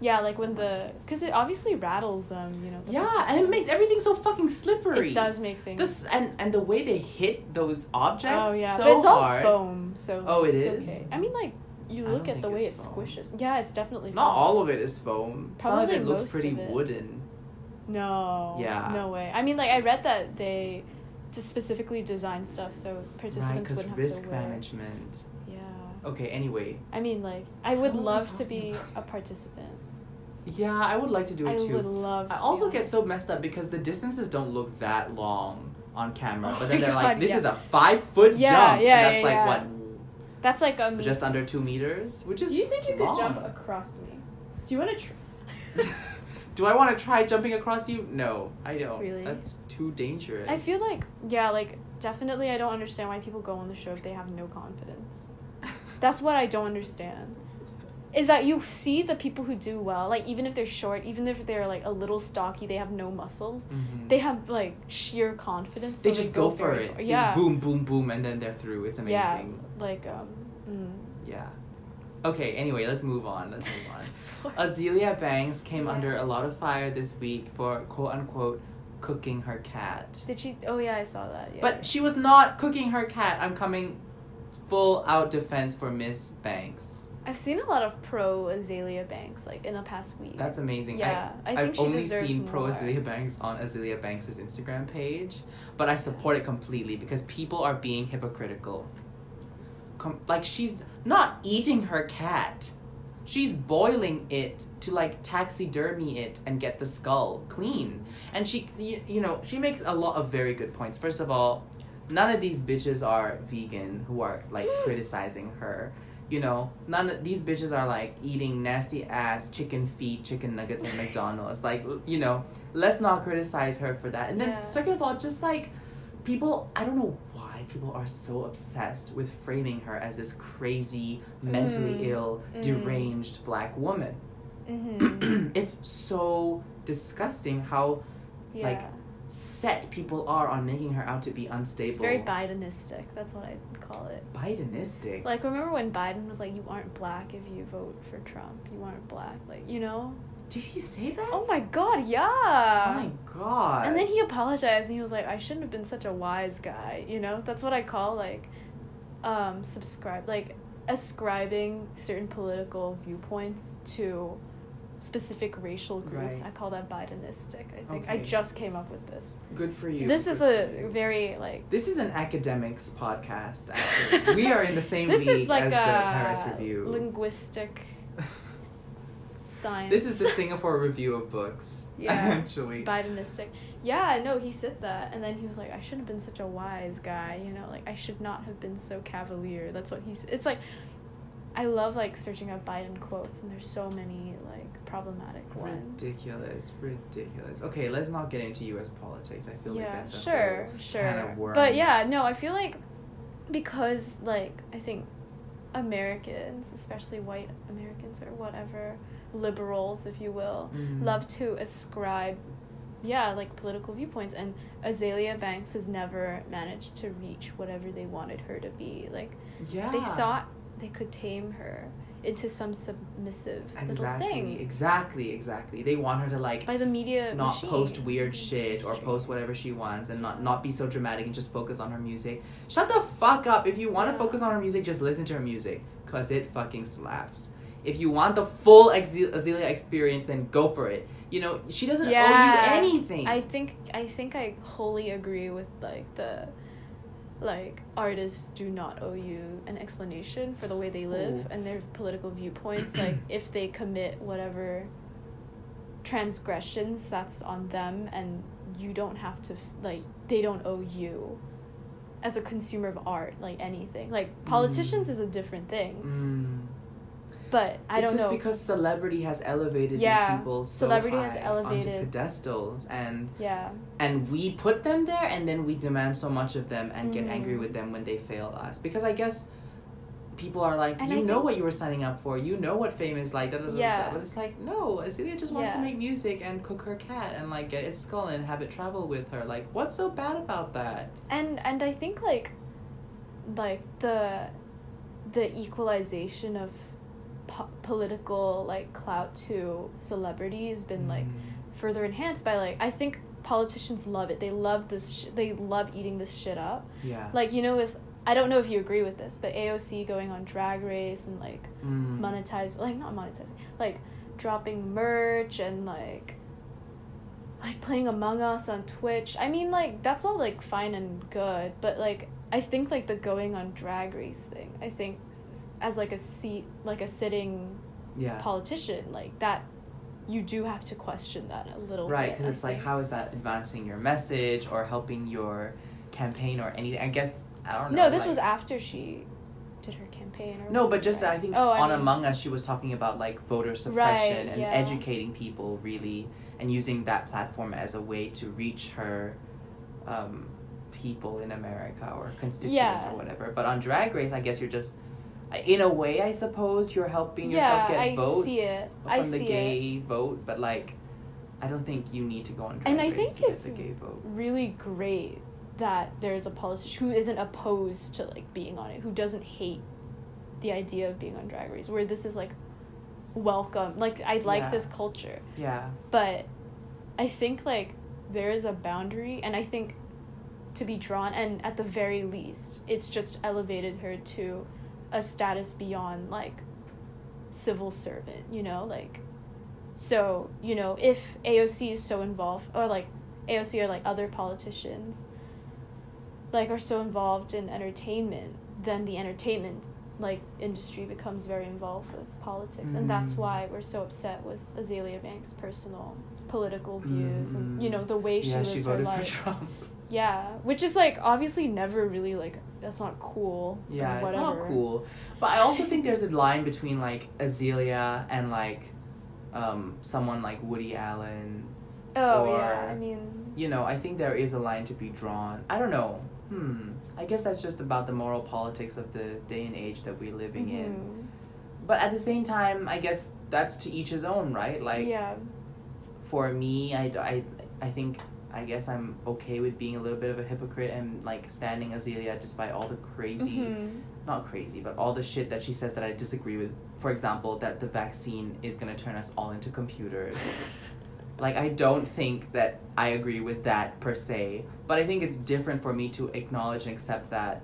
Speaker 3: Yeah, like when the because it obviously rattles them, you know. the
Speaker 2: Yeah, and
Speaker 3: participants.
Speaker 2: it makes everything so fucking slippery.
Speaker 3: it does make things.
Speaker 2: This and and the way they hit those objects.
Speaker 3: oh yeah,
Speaker 2: so
Speaker 3: but it's all
Speaker 2: hard.
Speaker 3: foam, so
Speaker 2: Oh, it
Speaker 3: it is.
Speaker 2: is?
Speaker 3: Okay. I mean, like you
Speaker 2: I don't
Speaker 3: look at the
Speaker 2: think
Speaker 3: way it
Speaker 2: it's foam.
Speaker 3: squishes. Yeah, it's definitely
Speaker 2: Not
Speaker 3: foam.
Speaker 2: all of it is foam. Some of
Speaker 3: Probably
Speaker 2: it looks
Speaker 3: most
Speaker 2: pretty
Speaker 3: of it.
Speaker 2: wooden.
Speaker 3: No.
Speaker 2: Yeah.
Speaker 3: No way. I mean, like I read that they just specifically design stuff so
Speaker 2: Right,
Speaker 3: participants
Speaker 2: because
Speaker 3: wouldn't have
Speaker 2: risk Oh.
Speaker 3: to wear.
Speaker 2: management.
Speaker 3: Yeah.
Speaker 2: Okay, anyway.
Speaker 3: I mean, like I would
Speaker 2: What are we
Speaker 3: love to
Speaker 2: talking
Speaker 3: be
Speaker 2: about?
Speaker 3: a participant.
Speaker 2: Yeah, I would like to do
Speaker 3: I
Speaker 2: it too.
Speaker 3: would love. To
Speaker 2: I
Speaker 3: be
Speaker 2: also
Speaker 3: on
Speaker 2: get
Speaker 3: it.
Speaker 2: so messed up because the distances don't look that long on camera,
Speaker 3: Oh
Speaker 2: but then
Speaker 3: my
Speaker 2: they're like,
Speaker 3: God,
Speaker 2: "This
Speaker 3: yeah.
Speaker 2: is a five foot
Speaker 3: Yeah,
Speaker 2: jump,"
Speaker 3: yeah,
Speaker 2: and that's
Speaker 3: yeah,
Speaker 2: like
Speaker 3: yeah.
Speaker 2: what,
Speaker 3: That's like a.
Speaker 2: just under two meters, which is
Speaker 3: Do you think you
Speaker 2: long.
Speaker 3: could jump across me? Do you want to? Tr-
Speaker 2: Do I want to try jumping across you? No, I don't.
Speaker 3: Really?
Speaker 2: That's too dangerous.
Speaker 3: I feel like yeah, like definitely. I don't understand why people go on the show if they have no confidence. That's what I don't understand. Is that you see the people who do well, like even if they're short, even if they're like a little stocky, they have no muscles.
Speaker 2: Mhm.
Speaker 3: They have like sheer confidence. so
Speaker 2: they just go, for
Speaker 3: very
Speaker 2: it.
Speaker 3: far.
Speaker 2: Just
Speaker 3: Yeah.
Speaker 2: boom, boom, boom, and then they're through. It's
Speaker 3: Yeah.
Speaker 2: amazing.
Speaker 3: Like um. Mm.
Speaker 2: Yeah. Okay. Anyway, let's move on. Let's move on. Azealia Banks came
Speaker 3: Yeah.
Speaker 2: under a lot of fire this week for quote unquote cooking her cat.
Speaker 3: Did she? Oh yeah, I saw that. Yeah.
Speaker 2: But she was not cooking her cat. I'm coming full out defense for Miss Banks.
Speaker 3: I've seen a lot of pro Azalea Banks like in the past week.
Speaker 2: That's amazing.
Speaker 3: Yeah, I think
Speaker 2: have
Speaker 3: she
Speaker 2: only
Speaker 3: deserves
Speaker 2: seen pro
Speaker 3: more.
Speaker 2: Azealia Banks on Azealia Banks' Instagram page, but I support it completely because people are being hypocritical. Com- like she's not eating her cat. She's boiling it to like taxidermy it and get the skull clean. And she you, you know, she makes a lot of very good points. First of all, none of these bitches are vegan who are like criticizing her. You know, none of these bitches are like eating nasty ass chicken feet, chicken nuggets at McDonald's. Like, you know, let's not criticize her for that. And then,
Speaker 3: Yeah.
Speaker 2: second of all, just like people, I don't know why people are so obsessed with framing her as this crazy, mentally
Speaker 3: Mm.
Speaker 2: ill,
Speaker 3: Mm.
Speaker 2: deranged black woman.
Speaker 3: Mm-hmm.
Speaker 2: it's so disgusting how
Speaker 3: yeah.
Speaker 2: like, set people are on making her out to be unstable.
Speaker 3: it's very Bidenistic. That's what I call it.
Speaker 2: Bidenistic.
Speaker 3: Like, remember when Biden was like, you aren't black if you vote for Trump. You aren't black. Like, you know?
Speaker 2: Did he say that?
Speaker 3: Oh my god,
Speaker 2: Oh
Speaker 3: yeah.
Speaker 2: my god.
Speaker 3: and then he apologized and he was like, I shouldn't have been such a wise guy. You know? That's what I call, like, um, subscribe. Like, ascribing certain political viewpoints to specific racial groups.
Speaker 2: Right.
Speaker 3: I call that Bidenistic. I think I
Speaker 2: Okay.
Speaker 3: just came up with this.
Speaker 2: Good for you.
Speaker 3: This is
Speaker 2: Good for
Speaker 3: a
Speaker 2: you.
Speaker 3: very like
Speaker 2: This is an academics podcast. Actually, we are in the same
Speaker 3: this
Speaker 2: league
Speaker 3: is like
Speaker 2: as
Speaker 3: a
Speaker 2: the Paris Review.
Speaker 3: linguistic science.
Speaker 2: this is the Singapore Review of books.
Speaker 3: Yeah.
Speaker 2: actually.
Speaker 3: Bidenistic. Yeah, no, he said that, and then he was like, "I should have been such a wise guy, you know, like I should not have been so cavalier." That's what he's. It's like, I love like searching up Biden quotes, and there's so many like problematic ones.
Speaker 2: Ridiculous, ridiculous. Okay, let's not get into U.S. politics. I feel like
Speaker 3: yeah,
Speaker 2: that's a
Speaker 3: sure, sure.
Speaker 2: can of
Speaker 3: But yeah,
Speaker 2: worms.
Speaker 3: no, I feel like because like I think Americans, especially white Americans or whatever, liberals, if you will,
Speaker 2: Mm.
Speaker 3: love to ascribe yeah, like political viewpoints and Azalea Banks has never managed to reach whatever they wanted her to be. Like
Speaker 2: Whole, yeah,
Speaker 3: they thought they could tame her into some submissive little
Speaker 2: exactly,
Speaker 3: thing
Speaker 2: exactly, exactly. They want her to like
Speaker 3: by the media
Speaker 2: not
Speaker 3: machine.
Speaker 2: post weird shit or post whatever she wants and not not be so dramatic and just focus on her music. Shut the fuck up. If you want to
Speaker 3: Yeah.
Speaker 2: focus on her music, just listen to her music cuz it fucking slaps. If you want the full Exe- Azealia experience, then go for it. You know, she doesn't
Speaker 3: Yeah.
Speaker 2: owe you anything.
Speaker 3: I think I think I wholly agree with like the like artists do not owe you an explanation for the way they live
Speaker 2: Ooh.
Speaker 3: and their political viewpoints like if they commit whatever transgressions that's on them and you don't have to f- like they don't owe you as a consumer of art like anything like politicians is a different thing
Speaker 2: Mm.
Speaker 3: but i
Speaker 2: it's
Speaker 3: don't
Speaker 2: just
Speaker 3: know
Speaker 2: because celebrity has elevated
Speaker 3: Yeah,
Speaker 2: these people so
Speaker 3: celebrity
Speaker 2: high
Speaker 3: has elevated-
Speaker 2: onto pedestals and
Speaker 3: yeah
Speaker 2: and we put them there and then we demand so much of them and get
Speaker 3: Mm.
Speaker 2: angry with them when they fail us because i guess people are like
Speaker 3: And
Speaker 2: you
Speaker 3: I
Speaker 2: know
Speaker 3: think-
Speaker 2: what you were signing up for you know what fame is like da, da, da, da,
Speaker 3: Yeah.
Speaker 2: da. but it's like no Celia just wants to
Speaker 3: Yeah.
Speaker 2: make music and cook her cat and like get its skull and have it travel with her like what's so bad about that
Speaker 3: and and i think like like the the equalization of po- political like clout to celebrity has
Speaker 2: Mm-hmm.
Speaker 3: been like
Speaker 2: Mm.
Speaker 3: further enhanced by like i think politicians love it they love this sh- they love eating this shit up
Speaker 2: yeah
Speaker 3: like you know with i don't know if you agree with this but aoc going on drag race and like
Speaker 2: Mm.
Speaker 3: monetize like not monetizing like dropping merch and like like playing among us on twitch i mean like that's all like fine and good but like i think like the going on drag race thing i think s- s- as like a seat like a sitting
Speaker 2: yeah
Speaker 3: politician like that you do have to question that a little
Speaker 2: right
Speaker 3: bit
Speaker 2: because
Speaker 3: I
Speaker 2: it's like
Speaker 3: think.
Speaker 2: how is that advancing your message or helping your campaign or anything i guess i don't know
Speaker 3: no this
Speaker 2: like-
Speaker 3: was after she did her campaign or
Speaker 2: No, but just I think
Speaker 3: Oh, I
Speaker 2: on
Speaker 3: mean-
Speaker 2: Among Us, she was talking about like voter suppression
Speaker 3: Right,
Speaker 2: and
Speaker 3: yeah.
Speaker 2: educating people really, and using that platform as a way to reach her um, people in America or constituents
Speaker 3: Yeah.
Speaker 2: or whatever. But on Drag Race, I guess you're just, in a way, I suppose you're helping
Speaker 3: Yeah,
Speaker 2: yourself get
Speaker 3: I
Speaker 2: votes
Speaker 3: see it.
Speaker 2: from
Speaker 3: I
Speaker 2: the
Speaker 3: see
Speaker 2: gay vote, but like, I don't think you need to go on Drag
Speaker 3: And I
Speaker 2: Race
Speaker 3: think
Speaker 2: to
Speaker 3: it's-
Speaker 2: get the gay vote.
Speaker 3: really great that there's a politician who isn't opposed to like being on it, who doesn't hate the idea of being on Drag Race, where this is like welcome. Like I like
Speaker 2: Yeah.
Speaker 3: this culture,
Speaker 2: Yeah,
Speaker 3: but I think like there is a boundary, and I think to be drawn, and at the very least, it's just elevated her to a status beyond like civil servant. You know, like so you know if AOC is so involved, or like AOC or like other politicians like are so involved in entertainment, then the entertainment like industry becomes very involved with politics, and that's
Speaker 2: Mm.
Speaker 3: why we're so upset with Azalea Banks' personal political views and you know the way she
Speaker 2: Mm-hmm. yeah,
Speaker 3: lives
Speaker 2: she
Speaker 3: her
Speaker 2: voted for
Speaker 3: life.
Speaker 2: Trump.
Speaker 3: Yeah, which is like obviously never really like that's not cool. or
Speaker 2: Yeah, it's
Speaker 3: whatever.
Speaker 2: not cool. But I also think there's a line between like Azealia and like um, someone like Woody Allen.
Speaker 3: Oh
Speaker 2: Or-
Speaker 3: yeah, I mean,
Speaker 2: You know, I think there is a line to be drawn. I don't know. Hmm. I guess that's just about the moral politics of the day and age that we're living in.
Speaker 3: mhm.
Speaker 2: But at the same time, I guess that's to each his own, right? Like
Speaker 3: yeah,
Speaker 2: for me, I, I, I think I guess I'm okay with being a little bit of a hypocrite and like standing Azealia despite all the crazy
Speaker 3: mhm.
Speaker 2: not crazy, but all the shit that she says that I disagree with. For example, that the vaccine is gonna turn us all into computers. like, I don't think that I agree with that per se, but I think it's different for me to acknowledge and accept that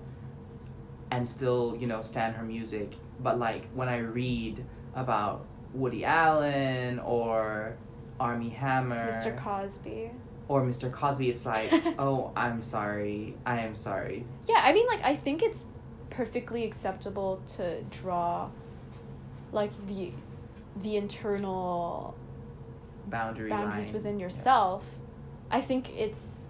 Speaker 2: and still, you know, stand her music. But, like, when I read about Woody Allen or Army Hammer
Speaker 3: Mr. Cosby.
Speaker 2: or Mr. Cosby, it's like, oh, I'm sorry, I am sorry.
Speaker 3: Yeah, I mean, like, I think it's perfectly acceptable to draw, like, the the internal
Speaker 2: Boundary
Speaker 3: boundaries
Speaker 2: line.
Speaker 3: within yourself. I think it's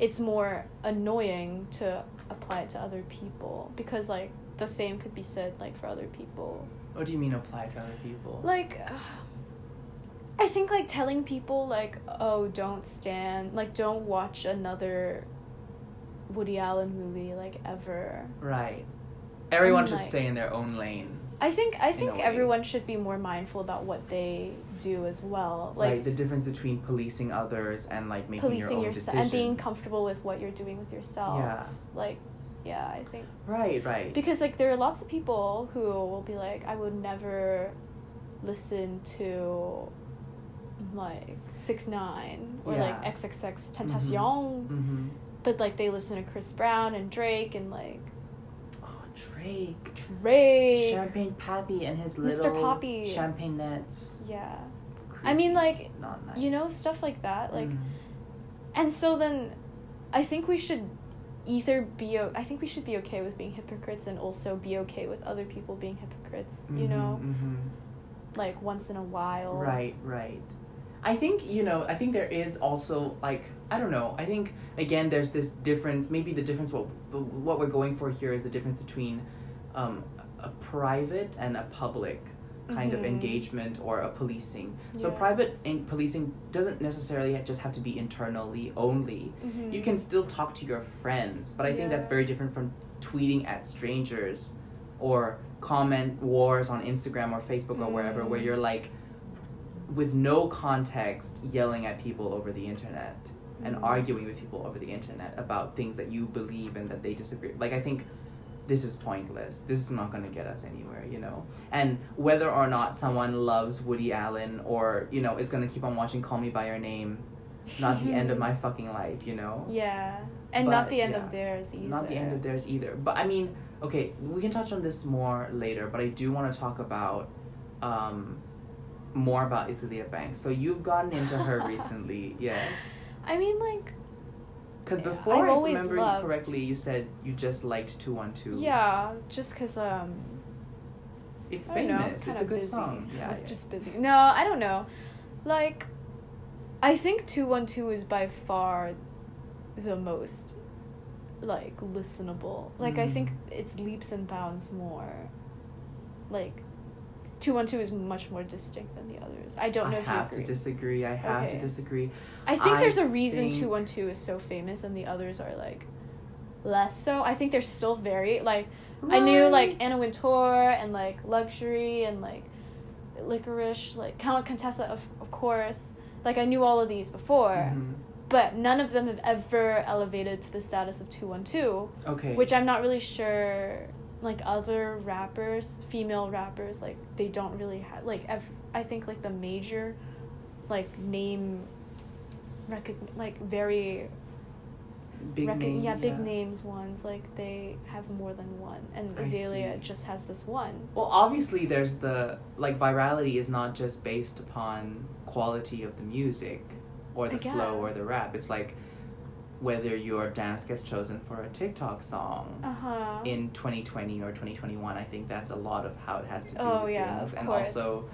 Speaker 3: it's more annoying to apply it to other people because like the same could be said like for other people.
Speaker 2: What Oh, do you mean apply to other people?
Speaker 3: Like I think like telling people like oh don't stand like don't watch another Woody Allen movie like ever.
Speaker 2: right. Everyone should
Speaker 3: like-
Speaker 2: stay in their own lane.
Speaker 3: I think I
Speaker 2: a
Speaker 3: think
Speaker 2: way.
Speaker 3: everyone should be more mindful about what they do as well.
Speaker 2: Like,
Speaker 3: Like
Speaker 2: the difference between policing others and like making your
Speaker 3: policing
Speaker 2: own
Speaker 3: yourself
Speaker 2: decisions
Speaker 3: and being comfortable with what you're doing with yourself.
Speaker 2: Yeah.
Speaker 3: Like, yeah, I think
Speaker 2: Right, right.
Speaker 3: because like there are lots of people who will be like, I would never listen to like six nine or like
Speaker 2: Yeah.
Speaker 3: XXX
Speaker 2: Mhm.
Speaker 3: Tentacion,
Speaker 2: hmm
Speaker 3: but like they listen to Chris Brown and Drake and like
Speaker 2: Oh, Drake.
Speaker 3: Drake.
Speaker 2: Champagne Pappy and his
Speaker 3: Mr.
Speaker 2: little
Speaker 3: Poppy.
Speaker 2: champagne nets.
Speaker 3: Yeah, I mean like
Speaker 2: Not nice.
Speaker 3: you know stuff like that like.
Speaker 2: Mm.
Speaker 3: And so then I think we should either be o- I think we should be okay with being hypocrites and also be okay with other people being hypocrites, you
Speaker 2: Mhm,
Speaker 3: know,
Speaker 2: mhm.
Speaker 3: like once in a while.
Speaker 2: Right, right. I think, you know, I think there is also like I don't know. I think again there's this difference, maybe the difference what what we're going for here is the difference between um, a private and a public kind of
Speaker 3: Mhm.
Speaker 2: engagement or a policing. So
Speaker 3: Yeah.
Speaker 2: private and policing doesn't necessarily just have to be internally only.
Speaker 3: Mhm.
Speaker 2: You can still talk to your friends, but I think that's
Speaker 3: Yeah.
Speaker 2: very different from tweeting at strangers or comment wars on Instagram or Facebook or wherever where
Speaker 3: Mm.
Speaker 2: you're like with no context yelling at people over the internet and
Speaker 3: Mhm.
Speaker 2: arguing with people over the internet about things that you believe and that they disagree. Like I think this is pointless. This is not going to get us anywhere, you know. And whether or not someone loves Woody Allen or, you know, is going to keep on watching Call Me by Your Name, not the end of my fucking life, you know.
Speaker 3: Yeah. And
Speaker 2: But,
Speaker 3: not the end
Speaker 2: yeah.
Speaker 3: of theirs either.
Speaker 2: Not the end of theirs either. But I mean, okay, we can touch on this more later, but I do want to talk about um, more about Isilia Banks. So you've gotten into her recently, yes.
Speaker 3: I mean like
Speaker 2: Because
Speaker 3: Yeah,
Speaker 2: before,
Speaker 3: I've
Speaker 2: if I
Speaker 3: always
Speaker 2: remember
Speaker 3: loved-
Speaker 2: you correctly, you said you just liked 212.
Speaker 3: yeah, just cuz um
Speaker 2: It's
Speaker 3: I don't
Speaker 2: famous.
Speaker 3: know, I was
Speaker 2: it's
Speaker 3: kinda
Speaker 2: a good
Speaker 3: busy.
Speaker 2: song. Yeah,
Speaker 3: I was
Speaker 2: yeah.
Speaker 3: just busy. No, I don't know. Like I think 212 is by far the most like listenable. Like I
Speaker 2: Mhm.
Speaker 3: think it's leaps and bounds more. Like 212 is much more distinct than the others. I don't know
Speaker 2: I
Speaker 3: if
Speaker 2: have
Speaker 3: you agree.
Speaker 2: to disagree. I have
Speaker 3: Okay.
Speaker 2: to disagree.
Speaker 3: I think
Speaker 2: I
Speaker 3: there's a reason
Speaker 2: think-
Speaker 3: 212 is so famous and the others are like less so. I think they're still very like I knew like Anna Wintour and like Luxury and like Licorice, like Count Contessa, of, of course. Like I knew all of these before,
Speaker 2: Mhm.
Speaker 3: but none of them have ever elevated to the status of 212,
Speaker 2: Okay.
Speaker 3: which I'm not really sure like other rappers, female rappers, like they don't really have like ev- I think like the major like name recogn- like very
Speaker 2: big
Speaker 3: recog-
Speaker 2: name.
Speaker 3: yeah, big names ones. Like they have more than one, and
Speaker 2: I
Speaker 3: Azalea
Speaker 2: see.
Speaker 3: just has this one.
Speaker 2: Well, obviously, there's the like virality is not just based upon quality of the music or
Speaker 3: I
Speaker 2: the flow or
Speaker 3: guess.
Speaker 2: the rap. It's like whether your dance gets chosen for a TikTok song
Speaker 3: Uh huh.
Speaker 2: in 2020 or 2021. I think that's a lot of how it has to do
Speaker 3: Oh
Speaker 2: with
Speaker 3: yeah,
Speaker 2: things.
Speaker 3: of
Speaker 2: and
Speaker 3: course.
Speaker 2: also,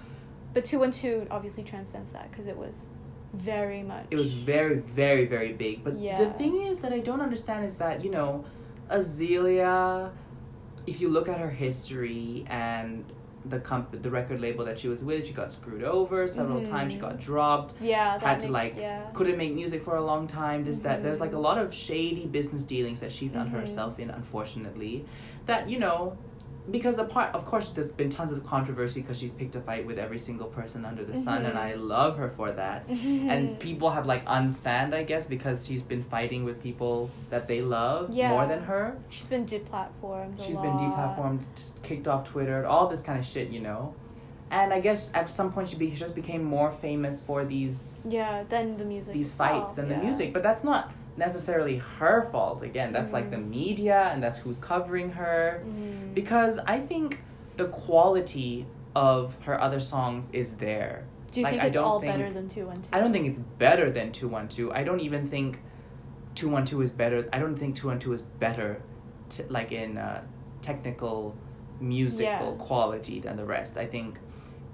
Speaker 3: but two one two obviously transcends that because it was very much.
Speaker 2: it was very, very, very big. But the
Speaker 3: Yeah.
Speaker 2: thing is that I don't understand is that you know, Azealia, if you look at her history and the comp- the record label that she was with, she got screwed over several times. She
Speaker 3: Mhm.
Speaker 2: got dropped.
Speaker 3: yeah. That
Speaker 2: had to,
Speaker 3: makes,
Speaker 2: like,
Speaker 3: yeah.
Speaker 2: Couldn't make music for a long time. This that. There's like a
Speaker 3: Mhm.
Speaker 2: lot of shady business dealings that she found
Speaker 3: Mhm.
Speaker 2: herself in, unfortunately. That you know. Because apart, of course, there's been tons of controversy because she's picked a fight with every single person under the sun, and
Speaker 3: Mhm.
Speaker 2: I love her for that
Speaker 3: Mm-hmm.
Speaker 2: and people have like unstand i guess because she's been fighting with people that they love
Speaker 3: Yeah.
Speaker 2: more than her
Speaker 3: she's been deplatformed.
Speaker 2: She's
Speaker 3: She's
Speaker 2: been deplatformed t- kicked off twitter all this kind of shit you know and i guess at some point she be- just became more famous for these
Speaker 3: Yeah. Then the music.
Speaker 2: these
Speaker 3: itself,
Speaker 2: fights than
Speaker 3: yeah.
Speaker 2: the music but that's not necessarily her fault again that's like the media and that's who's covering her
Speaker 3: Mm.
Speaker 2: because I think the quality of her other songs is there.
Speaker 3: Do you
Speaker 2: Like,
Speaker 3: think
Speaker 2: I
Speaker 3: it's
Speaker 2: don't
Speaker 3: all
Speaker 2: think-
Speaker 3: better than two one two?
Speaker 2: I don't think it's better than 212. I don't even think 212 is better. I don't think 212 is better, t- like in uh, technical musical quality than the rest. I think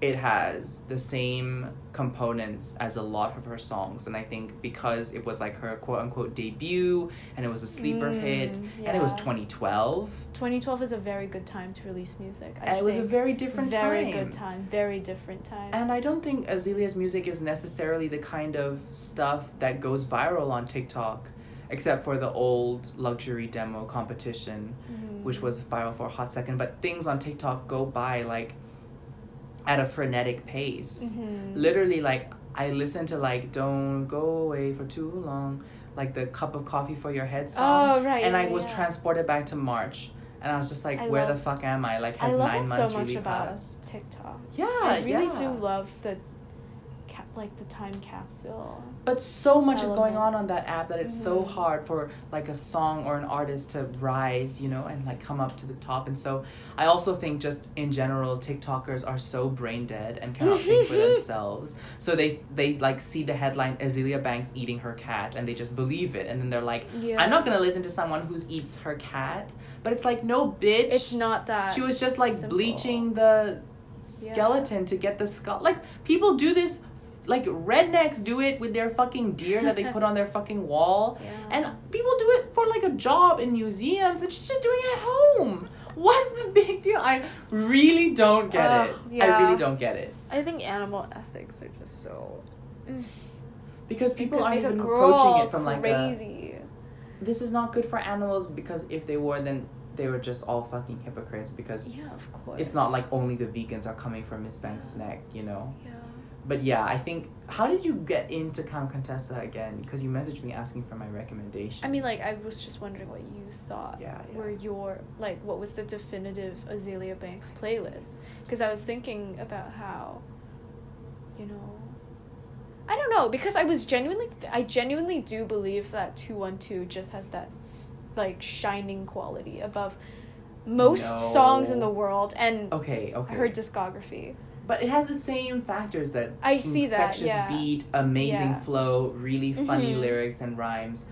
Speaker 2: it has the same components as a lot of her songs. And I think because it was like her quote unquote debut and it was a sleeper
Speaker 3: Mm,
Speaker 2: hit and it was
Speaker 3: yeah.
Speaker 2: 2012,
Speaker 3: Twenty twelve is a very good time to release music. I
Speaker 2: and it was a
Speaker 3: think.
Speaker 2: very different
Speaker 3: very
Speaker 2: time.
Speaker 3: good time. Very different time.
Speaker 2: And I don't think Azalea's music is necessarily the kind of stuff that goes viral on TikTok, except for the old luxury demo competition,
Speaker 3: Mhm.
Speaker 2: which was viral for a hot second. But things on TikTok go by like at a frenetic pace.
Speaker 3: Mhm.
Speaker 2: Literally, like, I listen to like "Don't Go Away for Too Long," like the "Cup of Coffee for Your Head" song,
Speaker 3: Oh, right,
Speaker 2: and I
Speaker 3: yeah,
Speaker 2: was
Speaker 3: yeah.
Speaker 2: transported back to March, and I was just like,
Speaker 3: I
Speaker 2: "Where
Speaker 3: love-
Speaker 2: the fuck am I?" Like,
Speaker 3: I
Speaker 2: has
Speaker 3: love
Speaker 2: nine
Speaker 3: it
Speaker 2: months
Speaker 3: so much
Speaker 2: really
Speaker 3: about
Speaker 2: passed?
Speaker 3: TikTok.
Speaker 2: Yeah,
Speaker 3: I really
Speaker 2: yeah.
Speaker 3: do love the cap, like the time capsule.
Speaker 2: But so much is going
Speaker 3: Element.
Speaker 2: on on that app that it's so
Speaker 3: Mhm.
Speaker 2: hard for like a song or an artist to rise, you know, and like come up to the top. And so I also think just in general, TikTokers are so brain dead and cannot think for themselves. So they they like see the headline Azealia Banks eating her cat and they just believe it. And then they're like,
Speaker 3: Yeah.
Speaker 2: I'm not gonna listen to someone who eats her cat. But it's like no bitch.
Speaker 3: It's not that.
Speaker 2: She was just like
Speaker 3: simple.
Speaker 2: bleaching the skeleton to get the skull. Like people do this. Like rednecks do it with their fucking deer that they put on their fucking wall,
Speaker 3: Yeah.
Speaker 2: and people do it for like a job in museums, and she's just doing it at home. What's the big deal? I really don't get
Speaker 3: Ugh,
Speaker 2: it. I
Speaker 3: yeah.
Speaker 2: really don't get it
Speaker 3: I think animal ethics are just so.
Speaker 2: because people
Speaker 3: Could
Speaker 2: aren't
Speaker 3: make a
Speaker 2: even
Speaker 3: girl
Speaker 2: approaching it from like a,
Speaker 3: crazy.
Speaker 2: this is not good for animals because if they were, then they were just all fucking hypocrites because
Speaker 3: yeah, of course.
Speaker 2: it's not like only the vegans are coming for Miss Banks' neck, you know.
Speaker 3: Yeah.
Speaker 2: But yeah, I think. How did you get into Count Contessa again? Because you messaged me asking for my recommendation.
Speaker 3: I mean, like I was just wondering what you thought.
Speaker 2: Yeah, yeah.
Speaker 3: Were your like what was the definitive Azalea Banks playlist? Because I was thinking about how, you know, I don't know because I was genuinely I genuinely do believe that two one two just has that s- like shining quality above most songs in
Speaker 2: No.
Speaker 3: the world and
Speaker 2: Okay, okay.
Speaker 3: her discography.
Speaker 2: but it has the same factors that
Speaker 3: I see that,
Speaker 2: infectious
Speaker 3: yeah.
Speaker 2: beat, amazing
Speaker 3: Yeah.
Speaker 2: flow, really funny
Speaker 3: Mhm.
Speaker 2: lyrics and rhymes.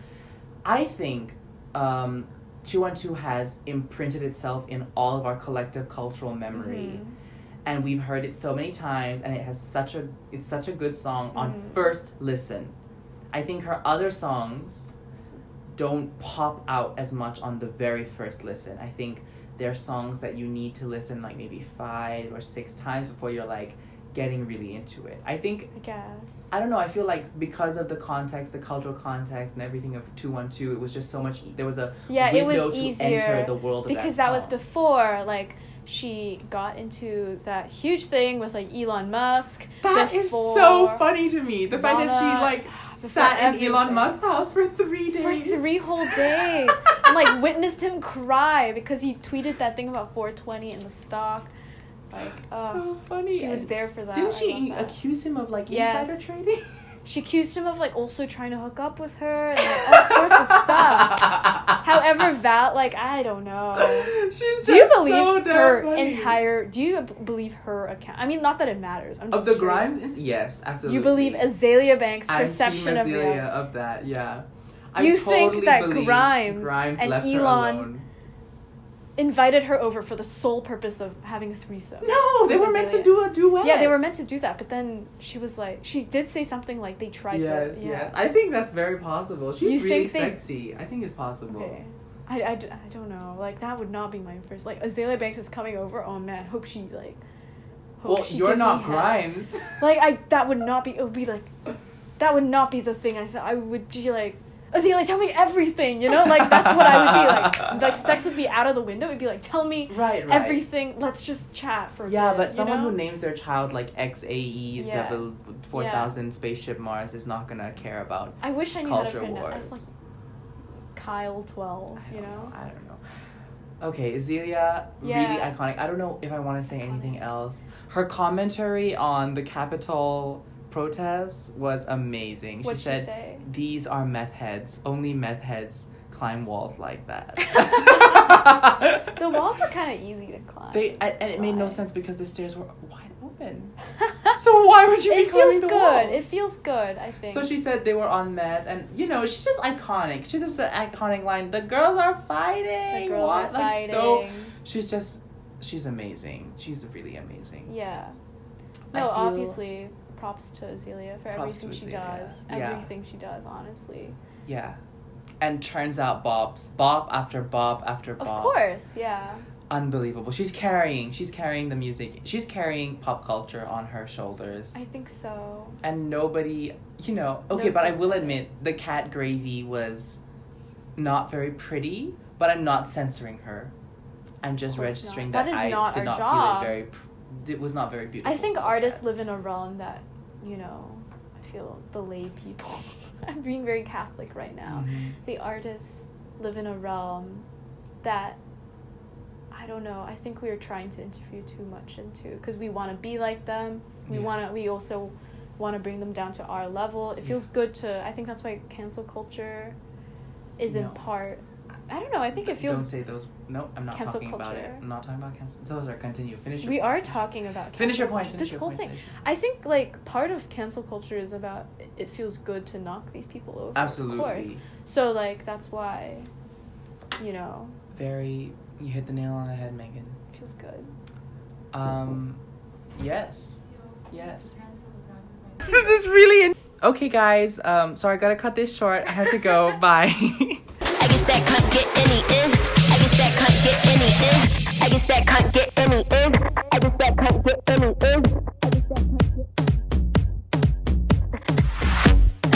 Speaker 2: I think um, 212 has imprinted itself in all of our collective cultural memory.
Speaker 3: Mhm.
Speaker 2: and we've heard it so many times and it has such a it's such a good song on
Speaker 3: Mhm.
Speaker 2: first listen i think her other songs
Speaker 3: Mm-hmm.
Speaker 2: don't pop out as much on the very first listen i think they're songs that you need to listen like maybe five or six times before you're like getting really into it i think
Speaker 3: I guess.
Speaker 2: i don't know i feel like because of the context the cultural context and everything of 212 it was just so much e- there was a
Speaker 3: yeah, it was
Speaker 2: window to
Speaker 3: easier.
Speaker 2: enter the world of
Speaker 3: because
Speaker 2: that,
Speaker 3: that, was
Speaker 2: song.
Speaker 3: before like she got into that huge thing with like Elon Musk.
Speaker 2: That is
Speaker 3: before-
Speaker 2: so funny to me. The fact that she
Speaker 3: Donna-
Speaker 2: like
Speaker 3: before
Speaker 2: sat in Elon
Speaker 3: everything.
Speaker 2: Musk's house for three
Speaker 3: for
Speaker 2: days.
Speaker 3: three whole days and like witnessed him cry because he tweeted that thing about 420 in the stock. Like, uh,
Speaker 2: so funny.
Speaker 3: she was
Speaker 2: And
Speaker 3: there for that.
Speaker 2: Didn't
Speaker 3: I
Speaker 2: she
Speaker 3: love that.
Speaker 2: accuse him of like
Speaker 3: Yes.
Speaker 2: insider trading?
Speaker 3: She accused him of like also trying to hook up with her and like, all sorts of stuff. However, Val, like I don't know.
Speaker 2: she's
Speaker 3: Do you
Speaker 2: just
Speaker 3: believe
Speaker 2: so damn
Speaker 3: her
Speaker 2: funny.
Speaker 3: entire? Do you b- believe her account? I mean, not that it matters. I'm just
Speaker 2: of the
Speaker 3: curious.
Speaker 2: Grimes? Is, yes, absolutely.
Speaker 3: You believe Azalea Banks'
Speaker 2: I'm team
Speaker 3: perception of
Speaker 2: Azealia
Speaker 3: reality.
Speaker 2: of that? Yeah.
Speaker 3: You
Speaker 2: I
Speaker 3: think
Speaker 2: totally
Speaker 3: that
Speaker 2: believe
Speaker 3: Grimes
Speaker 2: Grimes
Speaker 3: and
Speaker 2: left her
Speaker 3: Elon-
Speaker 2: alone.
Speaker 3: Invited her over for the sole purpose of having a threesome.
Speaker 2: No, they were meant to do a duet.
Speaker 3: Yeah, they were meant to do that, but then she was like, she did say something like they tried
Speaker 2: Yes,
Speaker 3: to.
Speaker 2: yes. I think that's very possible. She's
Speaker 3: You
Speaker 2: really
Speaker 3: think they-
Speaker 2: sexy. I think it's possible.
Speaker 3: Okay. I, I, d- I don't know. Like that would not be my first. Like Azalea Banks is coming over. Oh man, hope she like. Hope
Speaker 2: Well,
Speaker 3: she
Speaker 2: you're
Speaker 3: gives me
Speaker 2: not
Speaker 3: head.
Speaker 2: Grimes.
Speaker 3: Like I, that would not be. It would be like, that would not be the thing. I thought I would be like, Azealia, tell me everything. You know, like that's what I would be like. Like sex would be out of the window. It'd be like, tell me
Speaker 2: Right, right.
Speaker 3: everything. Let's just chat for. A
Speaker 2: yeah,
Speaker 3: bit,
Speaker 2: but someone
Speaker 3: you know?
Speaker 2: who names their child like XAE
Speaker 3: Yeah.
Speaker 2: double four thousand spaceship Mars is not gonna care about
Speaker 3: I wish I knew how to
Speaker 2: culture
Speaker 3: pronounce.
Speaker 2: wars.
Speaker 3: It's like Kyle twelve.
Speaker 2: I
Speaker 3: You
Speaker 2: don't
Speaker 3: know.
Speaker 2: I don't know. Okay, Azealia, really
Speaker 3: Yeah.
Speaker 2: iconic. I don't know if I want to say anything
Speaker 3: Iconic.
Speaker 2: else. Her commentary on the Capitol protests was amazing.
Speaker 3: What'd
Speaker 2: she
Speaker 3: she
Speaker 2: said,
Speaker 3: say?
Speaker 2: "These are meth heads. Only meth heads climb walls like that.
Speaker 3: The walls are kind of easy to climb.
Speaker 2: They I, and it made no
Speaker 3: Why?
Speaker 2: sense because the stairs were wide open. So why would you be
Speaker 3: it
Speaker 2: climbing
Speaker 3: feels
Speaker 2: the
Speaker 3: good.
Speaker 2: walls?
Speaker 3: It feels good. I think.
Speaker 2: So she said they were on meth, and you know she's just iconic. She does the iconic line, "The girls are
Speaker 3: the
Speaker 2: fighting."
Speaker 3: girls
Speaker 2: what?
Speaker 3: are
Speaker 2: like
Speaker 3: fighting.
Speaker 2: so, she's just she's amazing. She's really amazing.
Speaker 3: Yeah.
Speaker 2: I
Speaker 3: No,
Speaker 2: feel-
Speaker 3: obviously, props to Azealia for
Speaker 2: Props
Speaker 3: everything
Speaker 2: to
Speaker 3: she
Speaker 2: Azealia,
Speaker 3: does.
Speaker 2: yeah.
Speaker 3: Everything she does, honestly.
Speaker 2: Yeah, and turns out Bob's Bob after Bob after Bob.
Speaker 3: Of course, yeah.
Speaker 2: unbelievable. She's carrying. She's carrying the music. She's carrying pop culture on her shoulders.
Speaker 3: I think so.
Speaker 2: and nobody, you know, okay,
Speaker 3: No
Speaker 2: but I
Speaker 3: joke.
Speaker 2: will admit the cat gravy was not very pretty, but I'm not censoring her. I'm just
Speaker 3: course not.
Speaker 2: registering
Speaker 3: That
Speaker 2: that,
Speaker 3: is
Speaker 2: I
Speaker 3: not
Speaker 2: did
Speaker 3: our
Speaker 2: not
Speaker 3: job.
Speaker 2: feel it very pr- it was not very beautiful.
Speaker 3: I think
Speaker 2: to look
Speaker 3: artists
Speaker 2: at.
Speaker 3: live in a realm that, you know, I feel the lay people. I'm being very Catholic right now.
Speaker 2: Mhm.
Speaker 3: The artists live in a realm that I don't know. I think we are trying to interfere too much into because we want to be like them. We
Speaker 2: Yeah.
Speaker 3: want to. We also want to bring them down to our level. It
Speaker 2: Yeah.
Speaker 3: feels good to. I think that's why cancel culture is in
Speaker 2: No.
Speaker 3: part. I don't know. I think it feels.
Speaker 2: Don't say those. No, I'm not
Speaker 3: Cancel
Speaker 2: talking about it.
Speaker 3: culture.
Speaker 2: I'm not talking about cancel. So sorry, continue. Finish. Your
Speaker 3: we
Speaker 2: point.
Speaker 3: are talking about
Speaker 2: Finish your point.
Speaker 3: cancel-
Speaker 2: Finish
Speaker 3: this
Speaker 2: your
Speaker 3: whole
Speaker 2: point,
Speaker 3: thing.
Speaker 2: finish your-
Speaker 3: I think like part of cancel culture is about it- it feels good to knock these people over. of course.
Speaker 2: Absolutely.
Speaker 3: So like that's why, you know,
Speaker 2: Very. You hit the nail on the head, Megan.
Speaker 3: it feels good.
Speaker 2: Um, yes. Yes.
Speaker 4: Cancel the Grammy by
Speaker 2: this is really in- okay guys um sorry gotta cut this short i have to go bye
Speaker 5: I guess that can't get any in. I guess that can't get any in. I guess that can't get any in. I guess that can't get any in.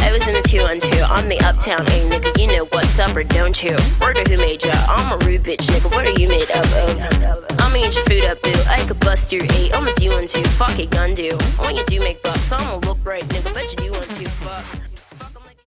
Speaker 5: I was in the 212 on the uptown, ayy nigga. You know what's up or don't you? Worker who made ya? I'm a rude bitch, nigga. What are you made up of? I'ma eat your food up, boo. I could bust your eight. I'm a D12. Fuck it, gun do. When you do make bucks, I'ma look right, nigga. Bet you